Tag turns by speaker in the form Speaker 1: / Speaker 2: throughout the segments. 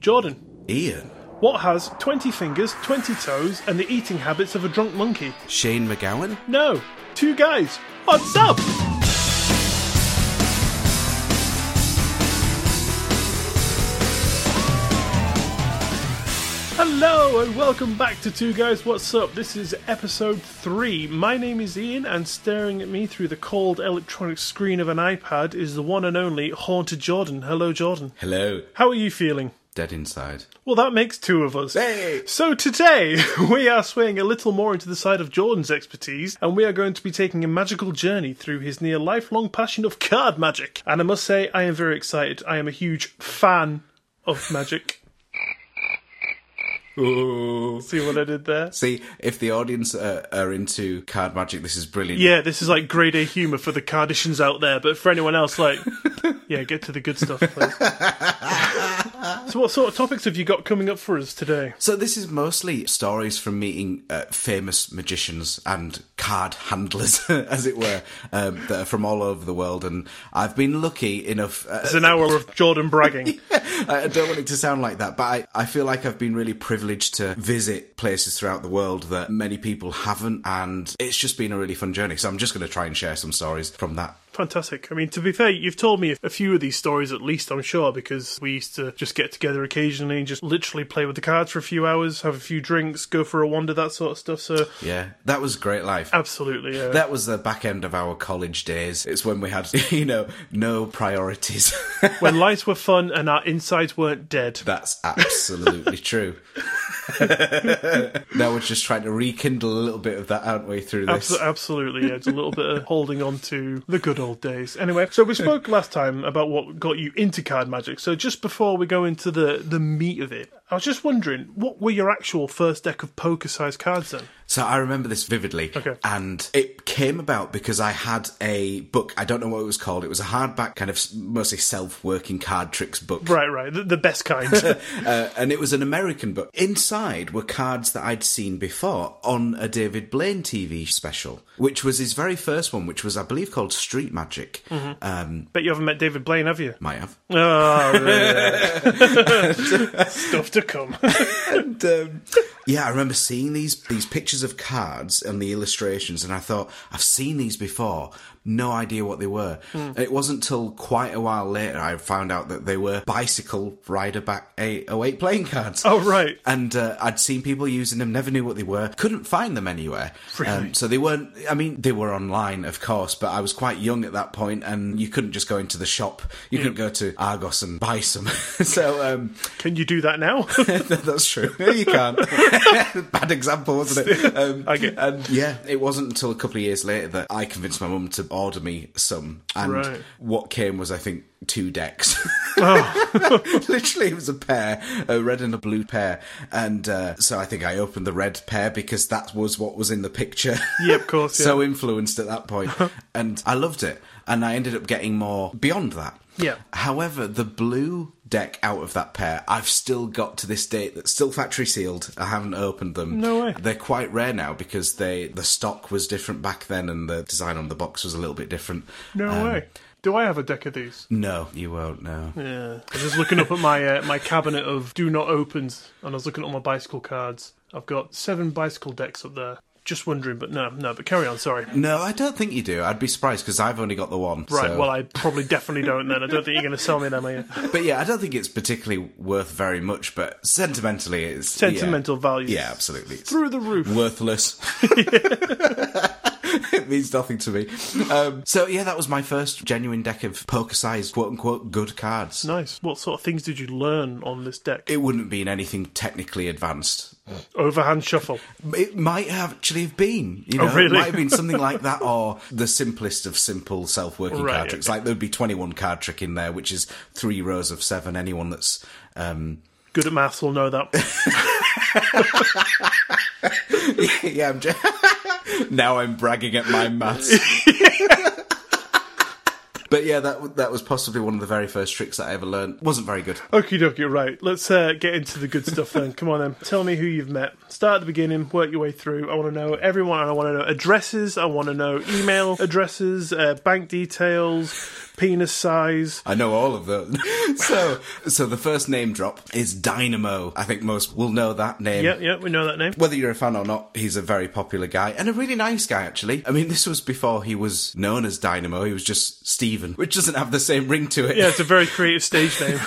Speaker 1: Jordan,
Speaker 2: Ian,
Speaker 1: what has 20 fingers, 20 toes, and the eating habits of a drunk monkey?
Speaker 2: Shane McGowan,
Speaker 1: No, two guys. What's up? Hello and welcome back to Two Guys What's Up. This is episode 3. My name is Ian, and staring at me through the cold electronic screen of an iPad is the one and only Haunted Jordan. Hello, Jordan.
Speaker 2: hello,
Speaker 1: How are you feeling?
Speaker 2: dead inside.
Speaker 1: Well, that makes two of us.
Speaker 2: Hey!
Speaker 1: So today, we are swaying a little more into the side of Jordan's expertise, and we are going to be taking a magical journey through his near lifelong passion of card magic. And I must say, I am very excited. I am a huge fan of magic.
Speaker 2: Ooh.
Speaker 1: See what I did there?
Speaker 2: See, if the audience are, are into card magic, this is brilliant.
Speaker 1: Yeah, this is like grade A humour for the Kardashians out there, but for anyone else, like, yeah, get to the good stuff, please. so, what sort of topics have you got coming up for us today?
Speaker 2: So this is mostly stories from meeting uh, famous magicians and card handlers, as it were, um, that are from all over the world. And I've been lucky enough. Uh,
Speaker 1: It's an hour of Jordan bragging.
Speaker 2: I I don't want it to sound like that, but I, I feel like I've been really privileged to visit places throughout the world that many people haven't, and it's just been a really fun journey. So I'm just going to try and share some stories from that.
Speaker 1: Fantastic. I mean, to be fair, you've told me a few of these stories at least, I'm sure, because we used to just get together occasionally and just literally play with the cards for a few hours, have a few drinks, go for a wander, that sort of stuff. So,
Speaker 2: Yeah, that was great life.
Speaker 1: Um, absolutely, yeah.
Speaker 2: That was the back end of our college days. It's when we had, you know, no priorities.
Speaker 1: when lights were fun and our insides weren't dead.
Speaker 2: That's absolutely true. now we're just trying to rekindle a little bit of that, aren't we, through this?
Speaker 1: Abso- absolutely, yeah. It's a little bit of holding on to the good old days. Anyway, so we spoke last time about what got you into card magic. So just before we go into the, the meat of it, I was just wondering, what were your actual first deck of poker sized cards then?
Speaker 2: So I remember this vividly.
Speaker 1: Okay.
Speaker 2: And it came about because I had a book. I don't know what it was called. It was a hardback, kind of s- mostly self working card tricks book.
Speaker 1: Right, right. The, the best kind.
Speaker 2: Uh, and it was an American book. Inside were cards that I'd seen before on a David Blaine TV special, which was his very first one, which was, I believe, called Street Magic. Um,
Speaker 1: Bet you haven't met David Blaine, have you?
Speaker 2: might have.
Speaker 1: Oh, Stuff to come.
Speaker 2: And, um, yeah, I remember seeing these these pictures of cards and the illustrations, and I thought I've seen these before. No idea what they were.
Speaker 1: Hmm.
Speaker 2: It wasn't till quite a while later I found out that they were bicycle rider back 808 playing cards.
Speaker 1: oh, right.
Speaker 2: And uh, I'd seen people using them, never knew what they were, couldn't find them anywhere. Um, so they weren't, I mean, they were online, of course, but I was quite young at that point and you couldn't just go into the shop. You
Speaker 1: Hmm.
Speaker 2: couldn't go to Argos and buy some. so um,
Speaker 1: Can you do that now?
Speaker 2: that's true. You can't. Bad example, wasn't it? Um,
Speaker 1: Okay.
Speaker 2: And yeah, it wasn't until a couple of years later that I convinced my mum to order me some. And
Speaker 1: Right.
Speaker 2: what came was, I think, two decks. Literally, it was a pair, a red and a blue pair. And uh, so I think I opened the red pair because that was what was in the picture.
Speaker 1: Yeah, of course, yeah.
Speaker 2: so influenced at that point. and I loved it. And I ended up getting more beyond that.
Speaker 1: Yeah.
Speaker 2: However, the blue deck out of that pair, I've still got to this date. That's still factory sealed. I haven't opened them.
Speaker 1: No way.
Speaker 2: They're quite rare now because they the stock was different back then, and the design on the box was a little bit different.
Speaker 1: No
Speaker 2: Um,
Speaker 1: way. Do I have a deck of these?
Speaker 2: No, you won't. No.
Speaker 1: Yeah. I was just looking up at my uh, my cabinet of do not opens, and I was looking at all my bicycle cards. I've got seven bicycle decks up there. Just wondering, but no, no. But carry on. Sorry.
Speaker 2: No, I don't think you do. I'd be surprised because I've only got the one.
Speaker 1: Right.
Speaker 2: so-
Speaker 1: Well, I probably definitely don't. Then I don't think you're going to sell me them. Are you?
Speaker 2: but yeah, I don't think it's particularly worth very much. But sentimentally, it's
Speaker 1: Sentimental
Speaker 2: yeah.
Speaker 1: value.
Speaker 2: Yeah, absolutely. It's-
Speaker 1: Through the roof.
Speaker 2: worthless. it means nothing to me. Um, so yeah, that was my first genuine deck of poker-sized, quote unquote, good cards.
Speaker 1: Nice. What sort of things did you learn on this deck?
Speaker 2: It wouldn't have been anything technically advanced.
Speaker 1: Overhand shuffle.
Speaker 2: It might have actually have been, you know, it
Speaker 1: Oh, really?
Speaker 2: might have been something like that, or the simplest of simple self-working
Speaker 1: Right,
Speaker 2: card tricks. Like there'd be twenty-one card trick in there, which is three rows of seven. Anyone that's um,
Speaker 1: Good at maths will know that.
Speaker 2: yeah, I'm just... now I'm bragging at my maths. But yeah, that that was possibly one of the very first tricks that I ever learned. Wasn't very good.
Speaker 1: Okie dokie, right. Let's uh, get into the good stuff then. Come on then. Tell me who you've met. Start at the beginning, work your way through. I want to know everyone. I want to know addresses. I want to know email addresses, uh, bank details, penis size.
Speaker 2: I know all of those. so, so the first name drop is Dynamo. I think most will know that name.
Speaker 1: Yeah, yeah, we know that name.
Speaker 2: Whether you're a fan or not, he's a very popular guy and a really nice guy, actually. I mean, this was before he was known as Dynamo. He was just Steven, which doesn't have the same ring to it.
Speaker 1: Yeah, it's a very creative stage name.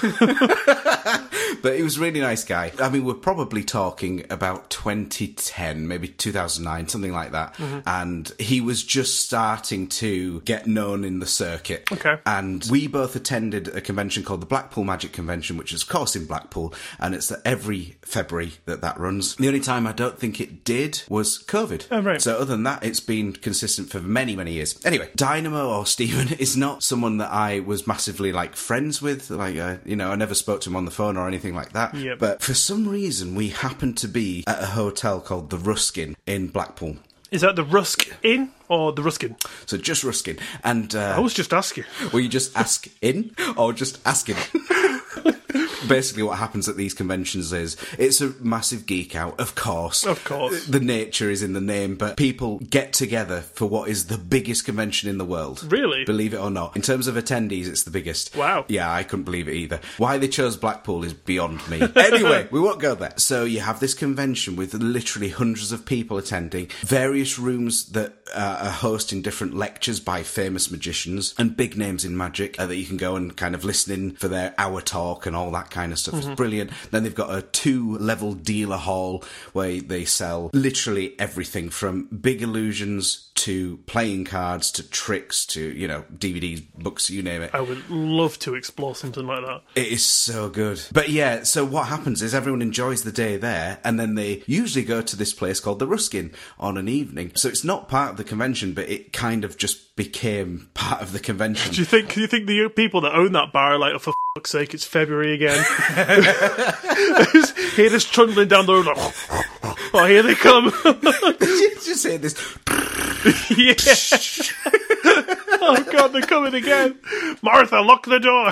Speaker 2: but he was a really nice guy. I mean, we're probably talking about 2010, maybe 2009, something like that.
Speaker 1: Mm-hmm.
Speaker 2: And he was just starting to get known in the circuit.
Speaker 1: Okay.
Speaker 2: And we both attended a convention called the Blackpool Magic Convention, which is, of course, in Blackpool. And it's every February that that runs. The only time I don't think it did was COVID.
Speaker 1: Oh, right.
Speaker 2: So, other than that, it's been consistent for many, many years. Anyway, Dynamo or Steven is not someone that I was massively like friends with. Like, uh, you know, I never spoke to him on the phone or anything like that.
Speaker 1: Yep.
Speaker 2: But for some reason, we happened to be at a hotel called the Ruskin in Blackpool.
Speaker 1: Is that the Rusk Inn or the Ruskin?
Speaker 2: So just Ruskin. And
Speaker 1: I
Speaker 2: uh,
Speaker 1: was just asking.
Speaker 2: will you just ask in or just ask him? Basically, what happens at these conventions is it's a massive geek out, of course.
Speaker 1: Of course.
Speaker 2: The nature is in the name, but people get together for what is the biggest convention in the world.
Speaker 1: Really?
Speaker 2: Believe it or not. In terms of attendees, it's the biggest.
Speaker 1: Wow.
Speaker 2: Yeah, I couldn't believe it either. Why they chose Blackpool is beyond me. anyway, we won't go there. So you have this convention with literally hundreds of people attending, various rooms that uh, are hosting different lectures by famous magicians and big names in magic uh, that you can go and kind of listen in for their hour talk and all that kind of stuff. It's brilliant. Then they've got a two level dealer hall where they sell literally everything from big illusions to playing cards to tricks to, you know, DVDs, books, you name it.
Speaker 1: I would love to explore something like that.
Speaker 2: It is so good. But yeah, so what happens is everyone enjoys the day there, and then they usually go to this place called the Ruskin on an evening. So it's not part of the convention, but it kind of just became part of the convention.
Speaker 1: Do you think? Do you think the people that own that bar are like, oh, for fuck's sake, it's February again? Hear this trundling down the road. Like, oh, here they come!
Speaker 2: Did you say this?
Speaker 1: yeah. oh god, they're coming again! Martha, lock the door.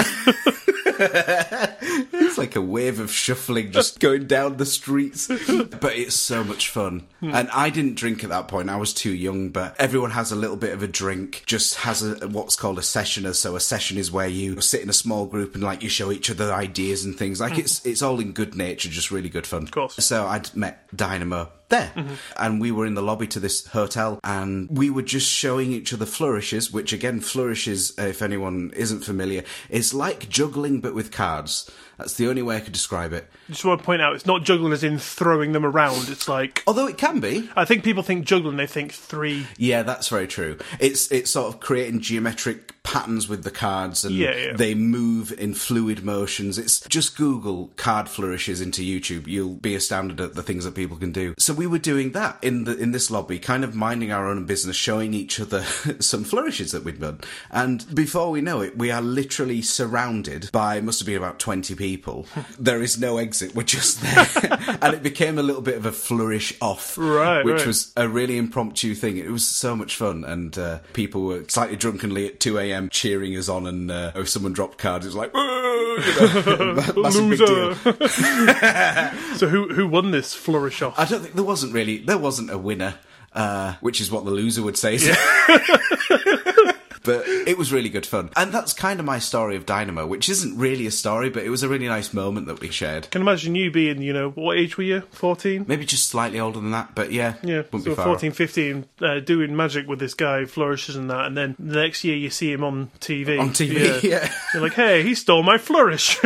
Speaker 2: It's like a wave of shuffling just going down the streets. But it's so much fun. And I didn't drink at that point. I was too young, but everyone has a little bit of a drink, just has a, what's called a session. So a session is where you sit in a small group and like you show each other ideas and things. Like it's, it's all in good nature, just really good fun. Of
Speaker 1: course.
Speaker 2: So I'd met Dynamo there. And we were in the lobby to this hotel and we were just showing each other flourishes, which again, flourishes, uh, if anyone isn't familiar, is like juggling but with cards. That's the only way I could describe it.
Speaker 1: Just want to point out, it's not juggling as in throwing them around. It's like
Speaker 2: Although it can be.
Speaker 1: I think people think juggling, they think three.
Speaker 2: Yeah, that's very true. It's it's sort of creating geometric patterns with the cards and
Speaker 1: Yeah, yeah.
Speaker 2: they move in fluid motions. It's just Google card flourishes into YouTube. You'll be astounded at the things that people can do. So we were doing that in the in this lobby, kind of minding our own business, showing each other some flourishes that we'd done. And before we know it, we are literally surrounded by must have been about twenty people. there is no exit. We're just there. and it became a little bit of a flourish off.
Speaker 1: Right,
Speaker 2: Which
Speaker 1: right.
Speaker 2: was was a really impromptu thing. It was so much fun, and uh, people were slightly drunkenly at 2 a.m. cheering us on. And uh, if someone dropped cards, it was like, "Whoa," you know, ma- massive big
Speaker 1: Loser.
Speaker 2: deal.
Speaker 1: So who who won this flourish off?
Speaker 2: I don't think there wasn't really there wasn't a winner, uh, which is what the loser would say. But it was really good fun. And that's kind of my story of Dynamo, which isn't really a story, but it was a really nice moment that we shared.
Speaker 1: can imagine you being, you know, what age were you? 14?
Speaker 2: Maybe just slightly older than that, but yeah.
Speaker 1: Yeah,
Speaker 2: wouldn't
Speaker 1: so
Speaker 2: be far off.
Speaker 1: 14, 15, uh, doing magic with this guy, flourishes and that, and then the next year you see him on TV.
Speaker 2: On TV, yeah.
Speaker 1: You're like, hey, he stole my flourish.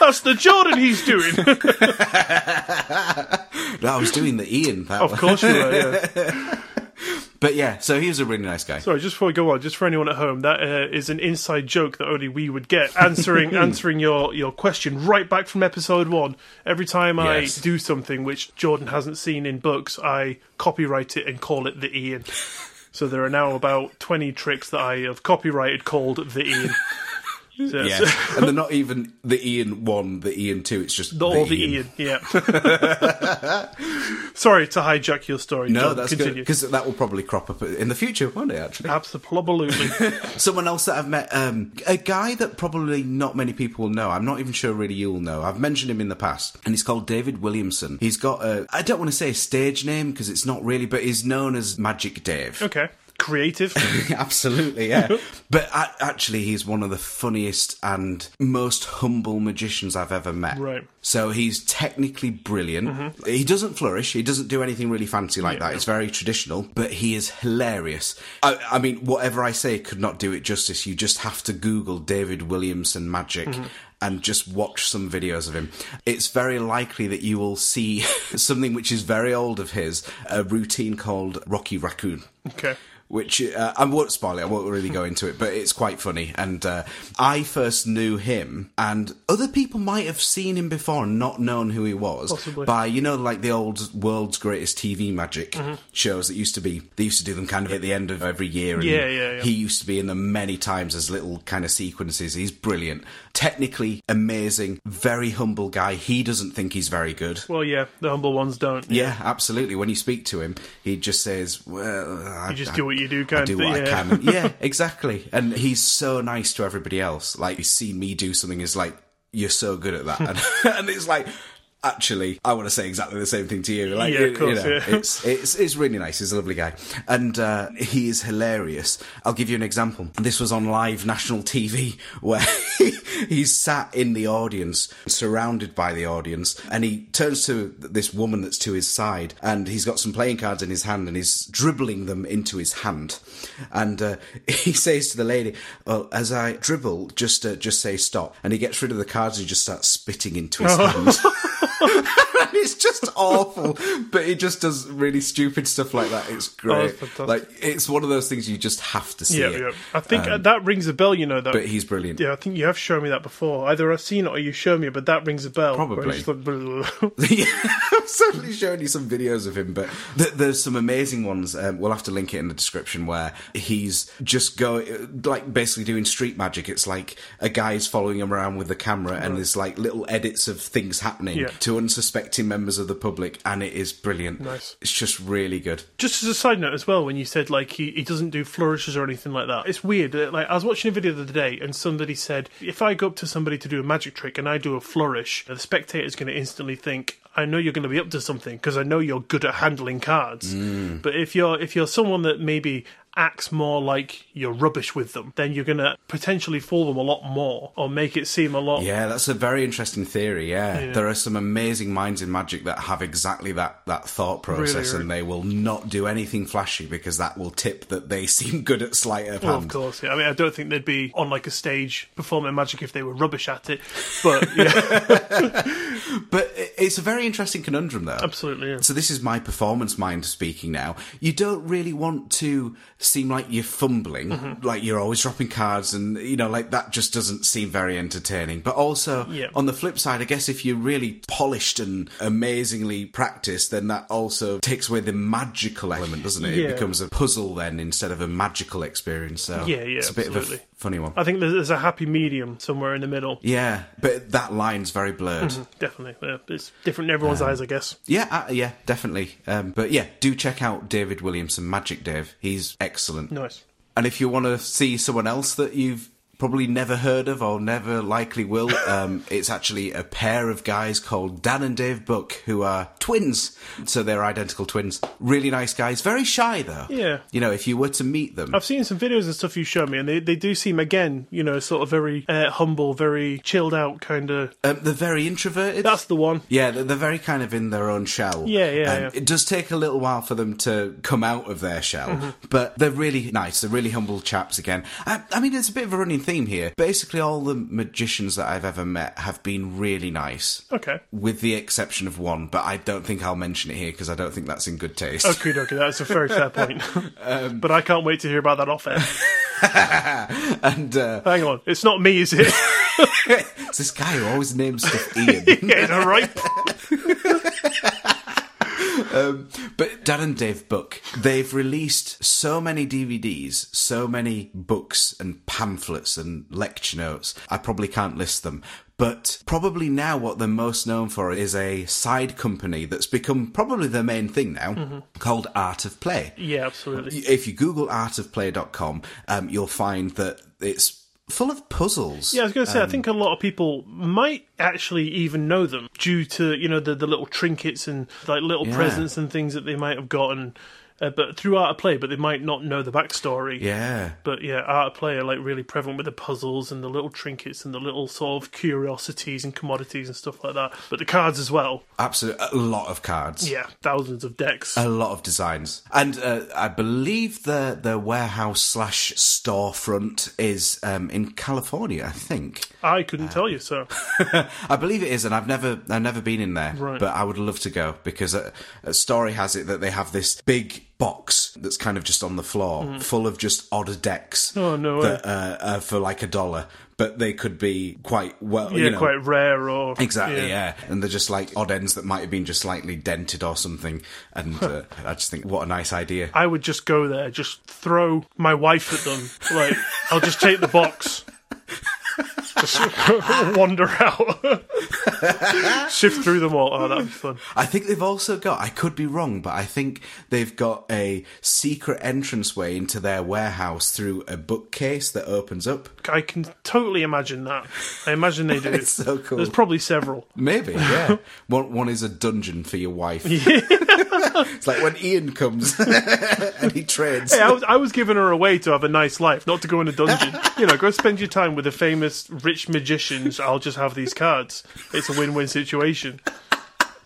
Speaker 1: That's the Jordan he's doing.
Speaker 2: No, I was doing the Ian that
Speaker 1: of
Speaker 2: one.
Speaker 1: course you were, yeah.
Speaker 2: But yeah, so he was a really nice guy.
Speaker 1: Sorry, just before we go on, just for anyone at home, that uh, is an inside joke that only we would get. Answering answering your, your question right back from episode one. Every time
Speaker 2: Yes.
Speaker 1: I do something which Jordan hasn't seen in books, I copyright it and call it the Ian. So there are now about 20 tricks that I have copyrighted called the Ian. So-
Speaker 2: Yeah,
Speaker 1: so-
Speaker 2: and they're not even the Ian one, the Ian two. It's just
Speaker 1: all the Ian, yeah. Sorry to hijack your story.
Speaker 2: No,
Speaker 1: John.
Speaker 2: that's good
Speaker 1: Continue.
Speaker 2: because that will probably crop up in the future, won't it? Actually,
Speaker 1: Absolutely.
Speaker 2: someone else that I've met, um, a guy that probably not many people will know. I'm not even sure really you'll know. I've mentioned him in the past, and he's called David Williamson. He's got a I don't want to say a stage name because it's not really, but he's known as Magic Dave.
Speaker 1: okay. Creative.
Speaker 2: Absolutely, yeah. but a actually, he's one of the funniest and most humble magicians I've ever met.
Speaker 1: Right.
Speaker 2: So he's technically brilliant. He doesn't flourish. He doesn't do anything really fancy like that. It's very traditional, but he is hilarious. I, I mean, whatever I say could not do it justice. You just have to Google David Williamson magic. And just watch some videos of him. It's very likely that you will see something which is very old of his, a routine called Rocky Raccoon
Speaker 1: Okay.
Speaker 2: which uh, I won't spoil it. I won't really go into it, but it's quite funny. And uh, I first knew him, and other people might have seen him before and not known who he was
Speaker 1: Possibly.
Speaker 2: by you know like the old world's greatest TV magic
Speaker 1: Mm-hmm.
Speaker 2: shows that used to be they used to do them kind of at the end of every year. And
Speaker 1: Yeah, yeah, yeah.
Speaker 2: He used to be in them many times as little kind of sequences. He's brilliant, technically amazing, very humble guy. He doesn't think he's very good.
Speaker 1: Well, yeah, the humble ones don't.
Speaker 2: Yeah, absolutely. When you speak to him, he just says, "Well, I,
Speaker 1: You just
Speaker 2: I-
Speaker 1: do what you do, kind
Speaker 2: I do
Speaker 1: of thing.
Speaker 2: what
Speaker 1: yeah.
Speaker 2: I can. yeah, exactly. And he's so nice to everybody else. Like he's seen me do something. Is like you're so good at that, and, and it's like. Actually, I want to say exactly the same thing to you. Like,
Speaker 1: Yeah, of
Speaker 2: you-
Speaker 1: course,
Speaker 2: you know,
Speaker 1: yeah.
Speaker 2: it's, it's it's really nice. He's a lovely guy, and uh, he is hilarious. I'll give you an example. This was on live national TV where he's sat in the audience, surrounded by the audience, and he turns to this woman that's to his side, and he's got some playing cards in his hand, and he's dribbling them into his hand, and uh, he says to the lady, "Well, as I dribble, just uh, just say stop," and he gets rid of the cards and he just starts spitting into
Speaker 1: Oh.
Speaker 2: his hand. And it's just awful. But he just does really stupid stuff like that. It's great.
Speaker 1: Oh, fantastic.
Speaker 2: like it's one of those things you just have to see.
Speaker 1: Yeah,
Speaker 2: it. Um,
Speaker 1: yeah. I think uh, that rings a bell, you know, that.
Speaker 2: But he's brilliant.
Speaker 1: yeah, I think you have shown me that before. Either I've seen it or you showed me, it, but that rings a bell. where
Speaker 2: Probably.
Speaker 1: it's like, blah, blah, blah.
Speaker 2: Yeah, I'm certainly showing you some videos of him, but th- there's some amazing ones. Um, we'll have to link it in the description where he's just going, like, basically doing street magic. It's like a guy's following him around with the camera, and there's like little edits of things happening
Speaker 1: Yeah.
Speaker 2: to unsuspecting members of the public, and it is brilliant.
Speaker 1: Nice.
Speaker 2: It's just really good.
Speaker 1: Just as a side note as well, when you said like he, he doesn't do flourishes or anything like that, it's weird. uh, Like I was watching a video the other day, and somebody said if I go up to somebody to do a magic trick and I do a flourish, the spectator's going to instantly think I know you're going to be up to something because I know you're good at handling cards. But if you're if you're someone that maybe acts more like you're rubbish with them, then you're going to potentially fool them a lot more or make it seem a lot.
Speaker 2: Yeah, that's a very interesting theory. Yeah. there are some amazing minds in magic that have exactly that that thought process, and they will not do anything flashy because that will tip that they seem good at sleight of
Speaker 1: Well,
Speaker 2: hand.
Speaker 1: of course, yeah. I mean, I don't think they'd be on like a stage performing magic if they were rubbish at it, but yeah,
Speaker 2: But i- it's a very interesting conundrum, though.
Speaker 1: absolutely. yeah.
Speaker 2: So this is my performance mind speaking now. You don't really want to seem like you're fumbling,
Speaker 1: Mm-hmm.
Speaker 2: like you're always dropping cards, and you know, like that just doesn't seem very entertaining. But also,
Speaker 1: Yeah.
Speaker 2: on the flip side, I guess if you're really polished and amazingly practiced, then that also takes away the magical element, doesn't it?
Speaker 1: Yeah.
Speaker 2: It becomes a puzzle then instead of a magical experience. So
Speaker 1: Yeah, yeah,
Speaker 2: it's a bit of a
Speaker 1: absolutely.
Speaker 2: f- funny one.
Speaker 1: I think there's, there's a happy medium somewhere in the middle.
Speaker 2: yeah, but that line's very blurred.
Speaker 1: Mm-hmm. Definitely, yeah. it's different in
Speaker 2: Um,
Speaker 1: everyone's eyes, I guess.
Speaker 2: Yeah, uh, yeah, definitely. Um, but yeah, do check out David Williamson, Magic Dave. He's excellent.
Speaker 1: Nice.
Speaker 2: And if you want to see someone else that you've probably never heard of or never likely will, um, it's actually a pair of guys called Dan and Dave Buck who are twins. So they're identical twins. Really nice guys. Very shy though.
Speaker 1: Yeah.
Speaker 2: You know, if you were to meet them,
Speaker 1: I've seen some videos and stuff you showed me, and they, they do seem again, you know, sort of very uh, humble, very chilled out kind of.
Speaker 2: um, they're very introverted.
Speaker 1: That's the one.
Speaker 2: Yeah, they're, they're very kind of in their own shell.
Speaker 1: Yeah, yeah, yeah.
Speaker 2: It does take a little while for them to come out of their shell,
Speaker 1: Mm-hmm.
Speaker 2: but they're really nice. They're really humble chaps again. I, I mean, it's a bit of a running theme here. Basically, all the magicians that I've ever met have been really nice.
Speaker 1: Okay.
Speaker 2: With the exception of one, but I don't think I'll mention it here because I don't think that's in good taste.
Speaker 1: Okay, okay, that's a very fair point.
Speaker 2: Um,
Speaker 1: but I can't wait to hear about that off air.
Speaker 2: and uh,
Speaker 1: Hang on, it's not me, is it?
Speaker 2: it's this guy who always names stuff Ian.
Speaker 1: yeah, is that right?
Speaker 2: Um, but Dan and Dave Book, they've released so many DVDs, so many books and pamphlets and lecture notes. I probably can't list them. But probably now, what they're most known for is a side company that's become probably their main thing now called Art of Play.
Speaker 1: Yeah, absolutely.
Speaker 2: If you Google artofplay.com, um, you'll find that it's full of puzzles.
Speaker 1: Yeah, I was going to say, I think a lot of people might actually even know them due to you know the the little trinkets and like little
Speaker 2: Yeah.
Speaker 1: presents and things that they might have gotten, uh, but through Art of Play, but they might not know the backstory.
Speaker 2: Yeah.
Speaker 1: But yeah, Art of Play are like really prevalent with the puzzles and the little trinkets and the little sort of curiosities and commodities and stuff like that. But the cards as well.
Speaker 2: Absolutely. A lot of cards.
Speaker 1: Yeah, thousands of decks.
Speaker 2: A lot of designs, and uh, I believe the the warehouse slash storefront is um, in California. I think
Speaker 1: I couldn't
Speaker 2: uh,
Speaker 1: tell you so.
Speaker 2: I believe it is, and I've never I've never been in there,
Speaker 1: Right.
Speaker 2: but I would love to go because a, a story has it that they have this big box that's kind of just on the floor, full of just odd decks.
Speaker 1: Hmm. Oh, no way.
Speaker 2: That uh, are for like a dollar, but they could be quite well,
Speaker 1: Yeah,
Speaker 2: you know,
Speaker 1: quite rare or
Speaker 2: Exactly, yeah. And they're just like odd ends that might have been just slightly dented or something. And uh, I just think, what a nice idea.
Speaker 1: I would just go there, just throw my wife at them. Like, I'll just take the box. Just wander out. Shift through them all. Oh, that'd be fun.
Speaker 2: I think they've also got, I could be wrong, but I think they've got a secret entranceway into their warehouse through a bookcase that opens up.
Speaker 1: I can totally imagine that. I imagine they do.
Speaker 2: It's so cool.
Speaker 1: There's probably several.
Speaker 2: Maybe, yeah. one, one is a dungeon for your wife. it's like when Ian comes and he trades.
Speaker 1: Hey, I was, I was giving her away to have a nice life, not to go in a dungeon. You know, go spend your time with the famous rich magicians. I'll just have these cards. It's a win-win situation.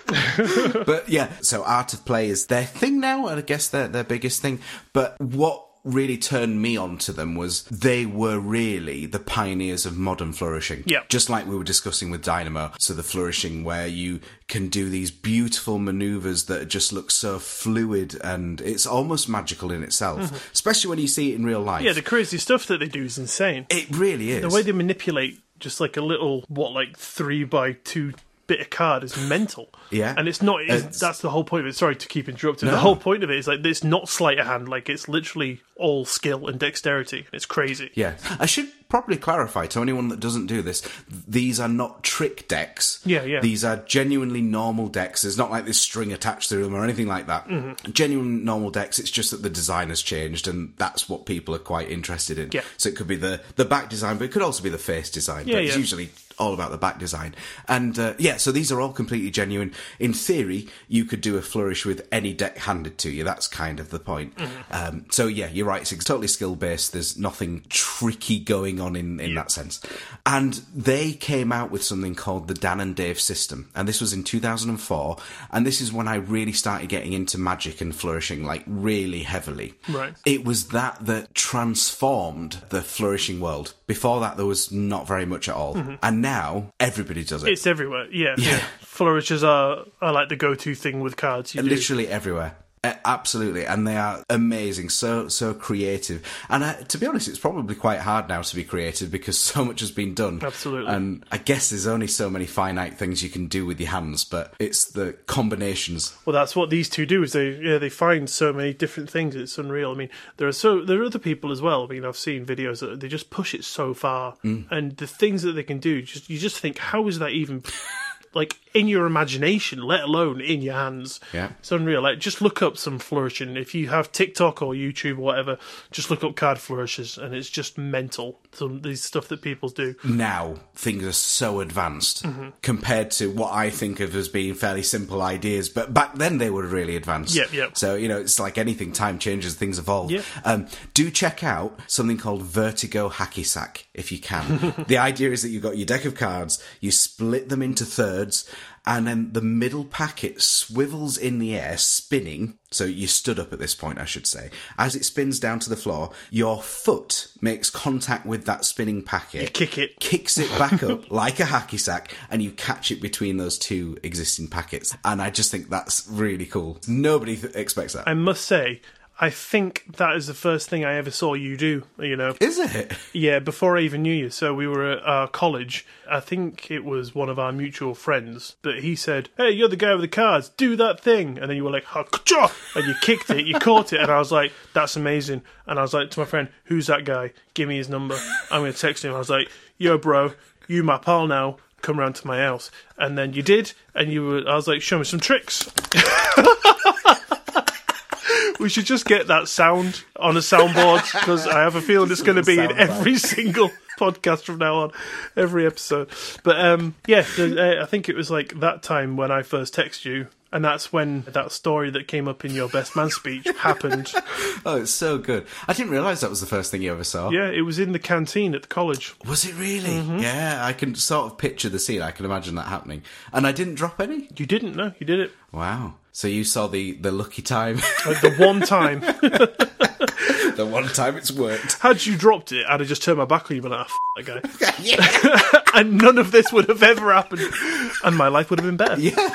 Speaker 2: But yeah, so Art of Play is their thing now, and I guess their their biggest thing. But what really turned me on to them was they were really the pioneers of modern flourishing.
Speaker 1: Yeah.
Speaker 2: Just like we were discussing with Dynamo. So the flourishing where you can do these beautiful maneuvers that just look so fluid and it's almost magical in itself. Especially when you see it in real life.
Speaker 1: Mm-hmm. Yeah, the crazy stuff that they do is insane.
Speaker 2: it really is.
Speaker 1: The way they manipulate just like a little what like three by two bit of card is mental.
Speaker 2: Yeah.
Speaker 1: and it's not. It's,
Speaker 2: It's-
Speaker 1: that's the whole point of it. Sorry to keep interrupting. The whole point of it is like it's not sleight of hand. Like it's literally all skill and dexterity. It's crazy.
Speaker 2: Yeah. I should probably clarify to anyone that doesn't do this, these are not trick decks.
Speaker 1: Yeah, yeah.
Speaker 2: These are genuinely normal decks. There's not like this string attached to them or anything like that.
Speaker 1: Mm-hmm.
Speaker 2: Genuine normal decks, it's just that the design has changed and that's what people are quite interested in.
Speaker 1: Yeah.
Speaker 2: So it could be the, the back design, but it could also be the face design.
Speaker 1: Yeah,
Speaker 2: but it's
Speaker 1: yeah.
Speaker 2: usually all about the back design. And uh, yeah, so these are all completely genuine. In theory, you could do a flourish with any deck handed to you. That's kind of the point. Um, so yeah, you're right. It's ex- totally skill based. There's nothing tricky going on in, in that sense. And they came out with something called the Dan and Dave system. And this was in 2004. And this is when I really started getting into magic and flourishing like really heavily.
Speaker 1: Right.
Speaker 2: It was that that transformed the flourishing world. Before that, there was not very much at all. And now everybody does it.
Speaker 1: Mm-hmm. It's everywhere. Yeah, yeah. Flourishes are are like the go to thing with cards. You do.
Speaker 2: literally everywhere. Uh, Absolutely, and they are amazing, so so creative. And I, to be honest, it's probably quite hard now to be creative because so much has been done.
Speaker 1: Absolutely.
Speaker 2: and I guess there's only so many finite things you can do with your hands, but it's the combinations.
Speaker 1: Well, that's what these two do. Is they yeah they find so many different things. It's unreal. I mean, there are so there are other people as well. I mean, I've seen videos that they just push it so far, and the things that they can do. Just you just think, how is that even like in your imagination, let alone in your hands?
Speaker 2: Yeah.
Speaker 1: it's unreal. Like just look up some flourishing. If you have TikTok or YouTube or whatever, just look up card flourishes, and it's just mental. Some these stuff that people do.
Speaker 2: Now things are so advanced compared to what I think of as being fairly simple ideas, but back then they were really advanced.
Speaker 1: Yep, yep.
Speaker 2: So you know, it's like anything. Time changes, things evolve.
Speaker 1: Yeah.
Speaker 2: Um, do check out something called Vertigo Hacky Sack if you can. the idea is that you've got your deck of cards, you split them into thirds, and then the middle packet swivels in the air, spinning. So you stood up at this point, I should say. As it spins down to the floor, your foot makes contact with that spinning packet. You
Speaker 1: kick it.
Speaker 2: kicks it back up like a hacky sack, and you catch it between those two existing packets. And I just think that's really cool. Nobody th- expects that.
Speaker 1: I must say, I think that is the first thing I ever saw you do, you know.
Speaker 2: Is it?
Speaker 1: Yeah, before I even knew you. So we were at our college. I think it was one of our mutual friends, but he said, Hey, you're the guy with the cards, do that thing. And then you were like, Hakucha! And you kicked it, you caught it. And I was like, That's amazing. And I was like to my friend, Who's that guy? Give me his number. I'm going to text him. I was like, Yo, bro, you my pal now. Come round to my house. And then you did. And you were, I was like, Show me some tricks. We should just get that sound on a soundboard because I have a feeling it's going to be in
Speaker 2: soundbite.
Speaker 1: every single podcast from now on, every episode. But um, yeah, the, uh, I think it was like that time when I first texted you, and that's when that story that came up in your best man speech happened.
Speaker 2: Oh, it's so good. I didn't realise that was the first thing you ever saw.
Speaker 1: Yeah, it was in the canteen at the college.
Speaker 2: Was it really? Yeah, I can sort of picture the scene. I can imagine that happening. And I didn't drop any.
Speaker 1: You didn't know, you did it
Speaker 2: Wow. So you saw the, the lucky time,
Speaker 1: like the one time.
Speaker 2: the one time it's worked.
Speaker 1: Had you dropped it, I'd have just turned my back on you and been like, "Ah, f- that guy.
Speaker 2: yeah.
Speaker 1: and none of this would have ever happened, and my life would have been better.
Speaker 2: yeah.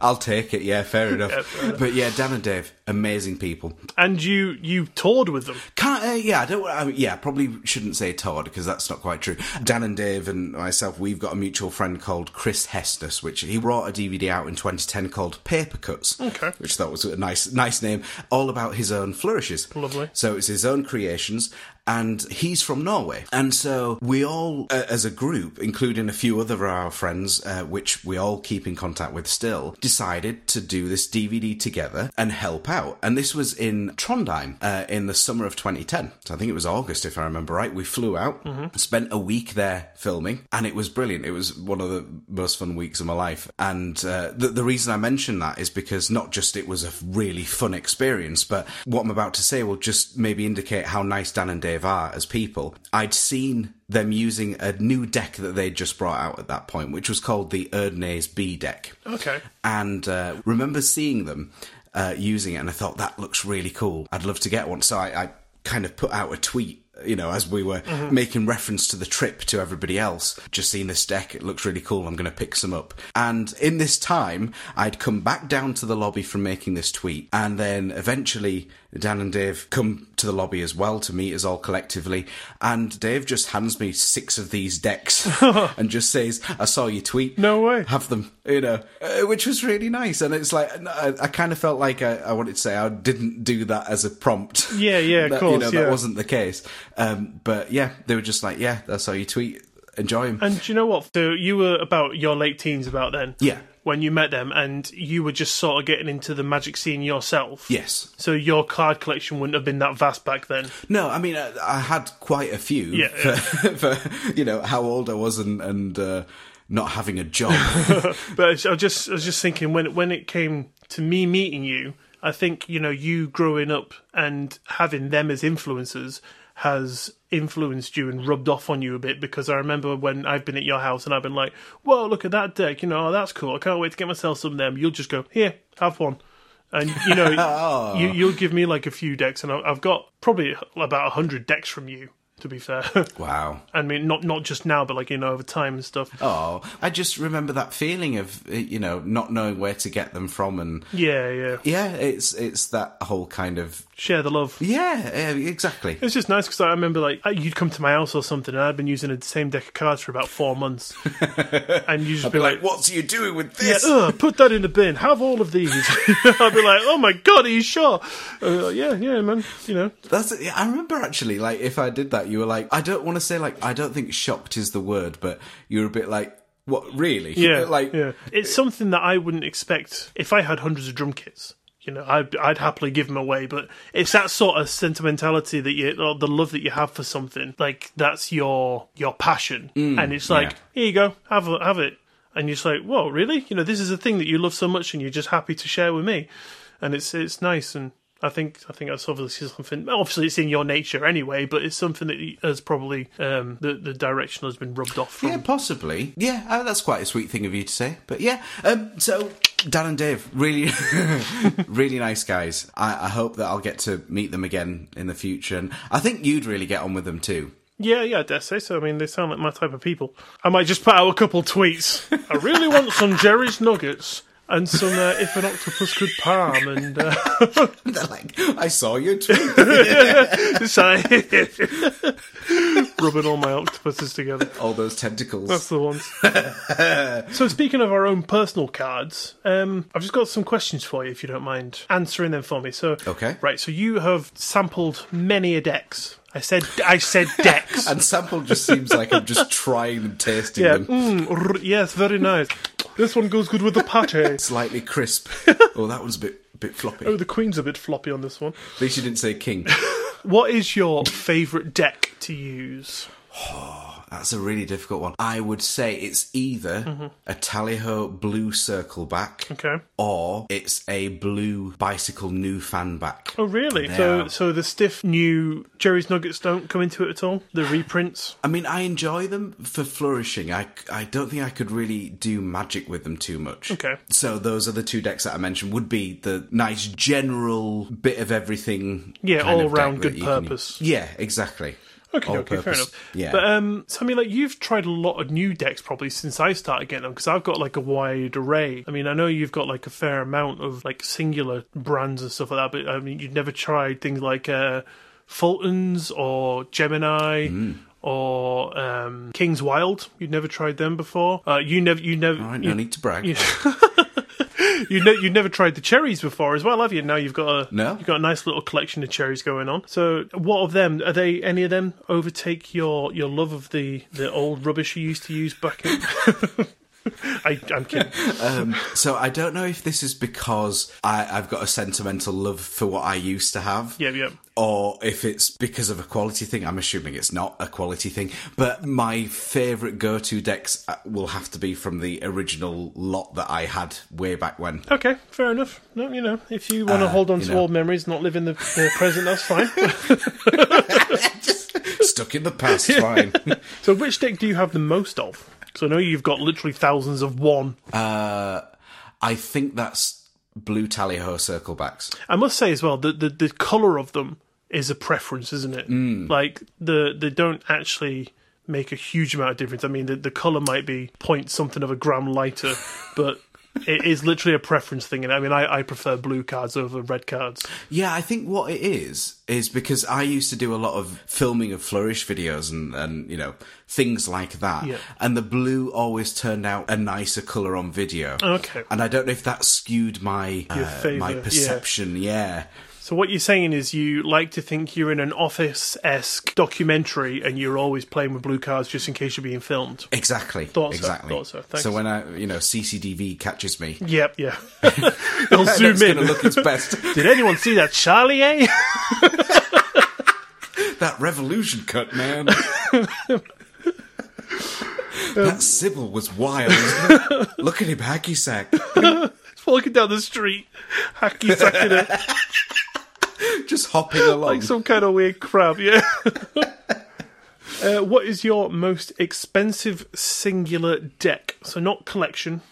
Speaker 2: I'll take it. Yeah, fair enough. But yeah, Dan and Dave, amazing people.
Speaker 1: And you you toured with them.
Speaker 2: Can't, uh, yeah, I don't. I mean, yeah, probably shouldn't say Todd because that's not quite true. Dan and Dave and myself, we've got a mutual friend called Chris Hestus, which he brought a DVD out in 2010 called Paper Cuts,
Speaker 1: Okay.
Speaker 2: which I thought was a nice, nice name, all about his own flourishes.
Speaker 1: Lovely.
Speaker 2: So it's his own creations. And he's from Norway. And so we all, uh, as a group, including a few other of our friends, uh, which we all keep in contact with still, decided to do this DVD together and help out. And this was in Trondheim uh, in the summer of 2010. So I think it was August, if I remember right. We flew out, spent a week there filming, and it was brilliant. It was one of the most fun weeks of my life. And uh, the, the reason I mention that is because not just it was a really fun experience, but what I'm about to say will just maybe indicate how nice Dan and Dave are as people. I'd seen them using a new deck that they'd just brought out at that point, which was called the Erdnase B deck
Speaker 1: Okay.
Speaker 2: and uh, remember seeing them uh, using it, and I thought that looks really cool. I'd love to get one. So I, I kind of put out a tweet, you know, as we were
Speaker 1: Mm-hmm.
Speaker 2: making reference to the trip to everybody else. Just seen this deck; it looks really cool. I'm going to pick some up. And in this time, I'd come back down to the lobby from making this tweet, and then eventually Dan and Dave come to the lobby as well to meet us all collectively. And Dave just hands me six of these decks and just says, "I saw your tweet.
Speaker 1: No way.
Speaker 2: Have them, you know, uh, which was really nice. And it's like, I, I kind of felt like I, I wanted to say I didn't do that as a prompt.
Speaker 1: Yeah, yeah, of
Speaker 2: That, You
Speaker 1: course,
Speaker 2: know,
Speaker 1: yeah.
Speaker 2: that wasn't the case. Um, but yeah, they were just like, yeah, that's how you tweet. Enjoy them.
Speaker 1: And do you know what? So you were about your late teens about then.
Speaker 2: Yeah.
Speaker 1: When you met them, and you were just sort of getting into the magic scene yourself.
Speaker 2: yes.
Speaker 1: So your card collection wouldn't have been that vast back then.
Speaker 2: No, I mean, I, I had quite a few
Speaker 1: Yeah,
Speaker 2: for, for, you know, how old I was and, and uh, not having a job.
Speaker 1: But I was just I was just thinking when when it came to me meeting you, I think you know you growing up and having them as influences has influenced you and rubbed off on you a bit because I remember when I've been at your house and I've been like, "Whoa, look at that deck! You know, oh, that's cool. I can't wait to get myself some of them." You'll just go, "Here, have one." And you know, you, you'll give me like a few decks, and I- I've got probably about hundred decks from you. To be fair,
Speaker 2: wow.
Speaker 1: I mean, not not just now, but like you know, over time and stuff.
Speaker 2: Oh, I just remember that feeling of, uh, you know, not knowing where to get them from and
Speaker 1: Yeah, yeah.
Speaker 2: yeah, it's it's that whole kind of
Speaker 1: Share the love.
Speaker 2: yeah, yeah, exactly.
Speaker 1: It was just nice because I remember like uh, you'd come to my house or something, and I'd been using the same deck of cards for about four months, and you'd just be like,
Speaker 2: what are you doing with
Speaker 1: "Yeah,
Speaker 2: this?
Speaker 1: ugh, put that in the bin. Have all of these." I'd be like, "Oh my god, are you sure?" Uh, yeah, yeah, man. You know,
Speaker 2: That's. yeah, I remember actually, like, if I did that, you were like, I don't want to say like, I don't think shocked is the word, but you were a bit like, what really?
Speaker 1: yeah,
Speaker 2: like,
Speaker 1: yeah. It's something that I wouldn't expect if I had hundreds of drum kits. You know, I'd, I'd happily give them away, but it's that sort of sentimentality that you, or the love that you have for something, like that's your your passion, and it's like,
Speaker 2: Mm, yeah.
Speaker 1: here you go, have a, have it, and you're just like, whoa, really? You know, this is a thing that you love so much, and you're just happy to share with me, and it's it's nice, and I think I think that's obviously something. Obviously, it's in your nature anyway, but it's something that has probably um, the the direction has been rubbed off from
Speaker 2: Yeah, possibly. Yeah, oh, that's quite a sweet thing of you to say. But yeah, um, so Dan and Dave, really, really nice guys. I, I hope that I'll get to meet them again in the future, and I think you'd really get on with them too.
Speaker 1: Yeah, yeah, I dare say so. I mean, they sound like my type of people. I might just put out a couple tweets. I really want some Jerry's Nuggets. and some uh, if an octopus could palm and uh,
Speaker 2: They're like, I saw your tweet.
Speaker 1: sorry. uh, rubbing all my octopuses together.
Speaker 2: All those tentacles.
Speaker 1: That's the ones. so speaking of our own personal cards, um, I've just got some questions for you if you don't mind answering them for me. So
Speaker 2: Okay.
Speaker 1: right. So you have sampled many a decks. I said I said decks.
Speaker 2: and sample just seems like I'm just trying them, tasting
Speaker 1: yeah.
Speaker 2: them.
Speaker 1: Mm, r- yes. Very nice. This one goes good with the pate.
Speaker 2: Slightly crisp. oh, that one's a bit bit floppy.
Speaker 1: Oh, the queen's a bit floppy on this one.
Speaker 2: At least you didn't say king.
Speaker 1: What is your favourite deck to use?
Speaker 2: That's a really difficult one. I would say it's either a Tallyho blue circle back,
Speaker 1: Mm-hmm. Okay.
Speaker 2: or it's a blue bicycle new fan back.
Speaker 1: Oh, really? So,
Speaker 2: Yeah.
Speaker 1: so the stiff new Jerry's Nuggets don't come into it at all. The reprints.
Speaker 2: I mean, I enjoy them for flourishing. I, I don't think I could really do magic with them too much.
Speaker 1: Okay.
Speaker 2: So those other two decks that I mentioned would be the nice general bit of everything.
Speaker 1: Yeah,
Speaker 2: kind
Speaker 1: all
Speaker 2: of deck
Speaker 1: round
Speaker 2: that
Speaker 1: good
Speaker 2: you can
Speaker 1: purpose.
Speaker 2: use. Yeah, exactly.
Speaker 1: Okay,
Speaker 2: All
Speaker 1: okay, fair
Speaker 2: purpose.
Speaker 1: enough.
Speaker 2: Yeah.
Speaker 1: But um, so I mean, like you've tried a lot of new decks probably since I started getting them because I've got like a wide array. I mean, I know you've got like a fair amount of like singular brands and stuff like that, but I mean, you've never tried things like uh, Fulton's or Gemini.
Speaker 2: Hmm.
Speaker 1: Or um, King's Wild, you'd never tried them before. Uh, you never, you never,
Speaker 2: All right, no
Speaker 1: you,
Speaker 2: need to brag.
Speaker 1: you know, you've never tried the cherries before as well, have you? Now you've got a,
Speaker 2: No.
Speaker 1: you've got a nice little collection of cherries going on. So, what of them? Are they any of them overtake your your love of the the old rubbish you used to use back in? I, I'm kidding.
Speaker 2: So I don't know if this is because I, I've got a sentimental love for what I used to have.
Speaker 1: Yeah, yeah.
Speaker 2: Or if it's because of a quality thing. I'm assuming it's not a quality thing. But my favourite go to decks uh, will have to be from the original lot that I had way back when.
Speaker 1: Okay, fair enough. No, you know, if you want to hold on
Speaker 2: Uh, you
Speaker 1: to
Speaker 2: know.
Speaker 1: old memories, not live in the, the present, that's fine.
Speaker 2: Stuck in the past, fine.
Speaker 1: so, which deck do you have the most of? So, I know you've got literally thousands of one.
Speaker 2: Uh, I think that's Blue Tallyho Circlebacks.
Speaker 1: I must say as well that the, the color of them is a preference, isn't it?
Speaker 2: Hmm.
Speaker 1: Like the they don't actually make a huge amount of difference. I mean, the, the color might be point something of a gram lighter, but it is literally a preference thing. And I mean, I, I prefer blue cards over red cards.
Speaker 2: Yeah, I think what it is is because I used to do a lot of filming of flourish videos and and you know things like that,
Speaker 1: Yeah.
Speaker 2: and the blue always turned out a nicer color on video.
Speaker 1: Okay.
Speaker 2: and I don't know if that skewed my uh,
Speaker 1: favour,
Speaker 2: my
Speaker 1: yeah.
Speaker 2: perception. Yeah.
Speaker 1: So what you're saying is you like to think you're in an office esque documentary, and you're always playing with blue cards just in case you're being filmed.
Speaker 2: exactly,
Speaker 1: Thought so,
Speaker 2: exactly.
Speaker 1: thought so, thanks.
Speaker 2: when I you know CCDV catches me,
Speaker 1: Yep. Yeah. They'll zoom
Speaker 2: it's
Speaker 1: in.
Speaker 2: gonna look its best.
Speaker 1: Did anyone see that Charlie? Eh?
Speaker 2: that revolution cut, man. that Sybil was wild. Look at him, hacky sack.
Speaker 1: walking down the street, hacky sacking it.
Speaker 2: Just hopping along.
Speaker 1: like some kind of weird crab, yeah. uh, what is your most expensive singular deck? So not collection,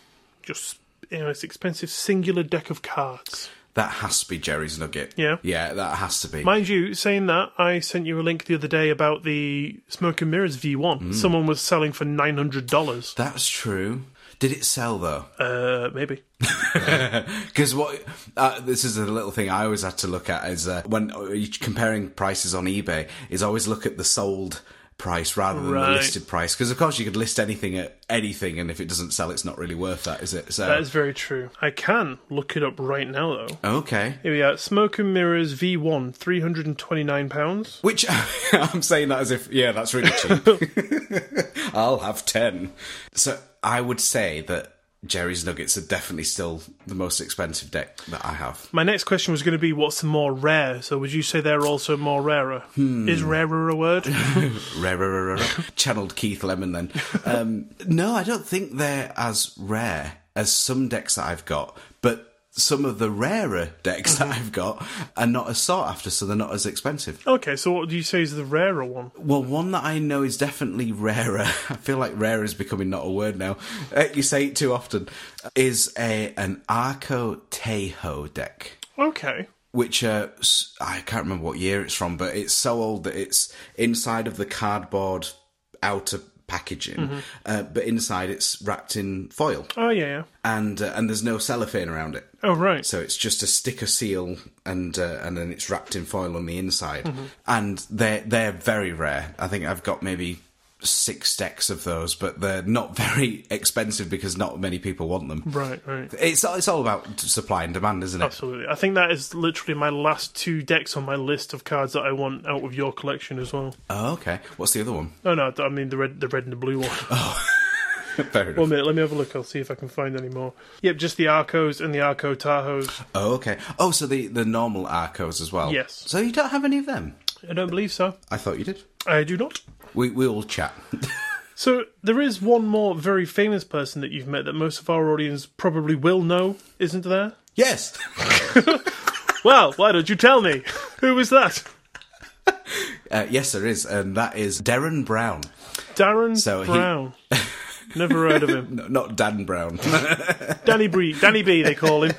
Speaker 1: just you know, it's expensive singular deck of cards.
Speaker 2: That has to be Jerry's Nugget.
Speaker 1: Yeah.
Speaker 2: Yeah, that has to be.
Speaker 1: Mind you, saying that, I sent you a link the other day about the Smoke and Mirrors V1. Someone was selling for nine hundred dollars.
Speaker 2: That's true. Did it sell though?
Speaker 1: Uh, maybe.
Speaker 2: Because what uh, this is a little thing I always had to look at is uh, when you're comparing prices on eBay is always look at the sold price rather than the
Speaker 1: Right.
Speaker 2: listed price. Because of course you could list anything at anything, and if it doesn't sell, it's not really worth that, is it? So
Speaker 1: That is very true. I can look it up right now though.
Speaker 2: okay.
Speaker 1: Here we are. Smoke and Mirrors V1, three hundred and twenty nine pounds.
Speaker 2: Which I'm saying that as if, yeah, that's really cheap. I'll have 10. So I would say that Jerry's Nuggets are definitely still the most expensive deck that I have.
Speaker 1: My next question was going to be what's more rare. So would you say they're also more rarer? Is rarer a word?
Speaker 2: Rare, rare, rare, rare. Channeled Keith Lemon then. Um, no, I don't think they're as rare as some decks that I've got, but some of the rarer decks that I've got are not as sought after, so they're not as expensive.
Speaker 1: okay, so what do you say is the rarer one?
Speaker 2: Well, one that I know is definitely rarer. I feel like rare is becoming not a word now. Uh, You say it too often. Is a an Arco Tejo deck,
Speaker 1: Okay.
Speaker 2: which uh, s- I can't remember what year it's from, but it's so old that it's inside of the cardboard outer packaging, uh, but inside it's wrapped in foil,
Speaker 1: Oh yeah, yeah.
Speaker 2: and uh, and there's no cellophane around it.
Speaker 1: Oh right.
Speaker 2: So it's just a sticker seal, and uh, and then it's wrapped in foil on the inside, and they're they're very rare. I think I've got maybe six stacks of those, but they're not very expensive because not many people want them.
Speaker 1: Right, right.
Speaker 2: It's all- it's all about supply and demand, isn't it?
Speaker 1: Absolutely. I think that is literally my last two decks on my list of cards that I want out of your collection as well.
Speaker 2: Oh, okay. What's the other one?
Speaker 1: Oh no, I mean the red, the red and the blue one.
Speaker 2: Fair enough.
Speaker 1: One minute, let me have a look. I'll see if I can find any more. Yep, just the Arcos and the Arco Tajos.
Speaker 2: Oh, okay. Oh, so the the normal Arcos as well.
Speaker 1: Yes.
Speaker 2: So you don't have any of them?
Speaker 1: I don't believe so.
Speaker 2: I thought you did.
Speaker 1: I do not.
Speaker 2: We we'll chat.
Speaker 1: So there is one more very famous person that you've met that most of our audience probably will know, isn't there?
Speaker 2: yes.
Speaker 1: Well, why don't you tell me? Who was that?
Speaker 2: Uh, yes, there is, and that is Darren Brown.
Speaker 1: Darren
Speaker 2: So he-
Speaker 1: Brown. Never heard of him.
Speaker 2: No, not Dan Brown.
Speaker 1: Danny Bree, Danny B, they call him.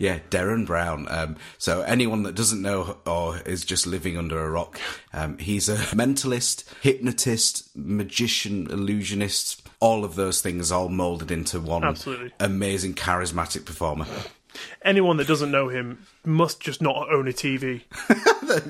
Speaker 2: yeah, Darren Brown. Um, so anyone that doesn't know or is just living under a rock, um, he's a mentalist, hypnotist, magician, illusionist. All of those things, all molded into one
Speaker 1: Absolutely.
Speaker 2: amazing, charismatic performer.
Speaker 1: Anyone that doesn't know him must just not own a TV.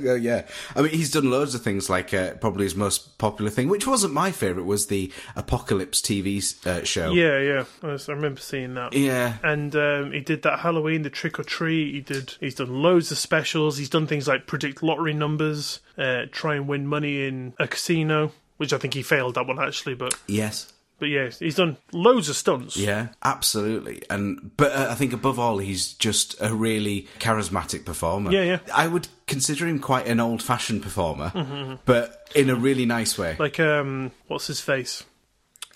Speaker 2: Oh yeah, I mean he's done loads of things. Like uh, probably his most popular thing, which wasn't my favorite, was the Apocalypse TV uh, show.
Speaker 1: Yeah, yeah. I was- I remember seeing that.
Speaker 2: yeah,
Speaker 1: and um, he did that Halloween, the trick or treat. He did. He's done loads of specials. He's done things like predict lottery numbers, uh, try and win money in a casino, which I think he failed that one actually. But
Speaker 2: yes,
Speaker 1: but yeah, he's done loads of stunts.
Speaker 2: yeah, absolutely. And but uh, I think above all, he's just a really charismatic performer.
Speaker 1: Yeah, Mm-hmm, yeah.
Speaker 2: I would consider him quite an old-fashioned performer, but in a really nice way.
Speaker 1: Like um, what's his face,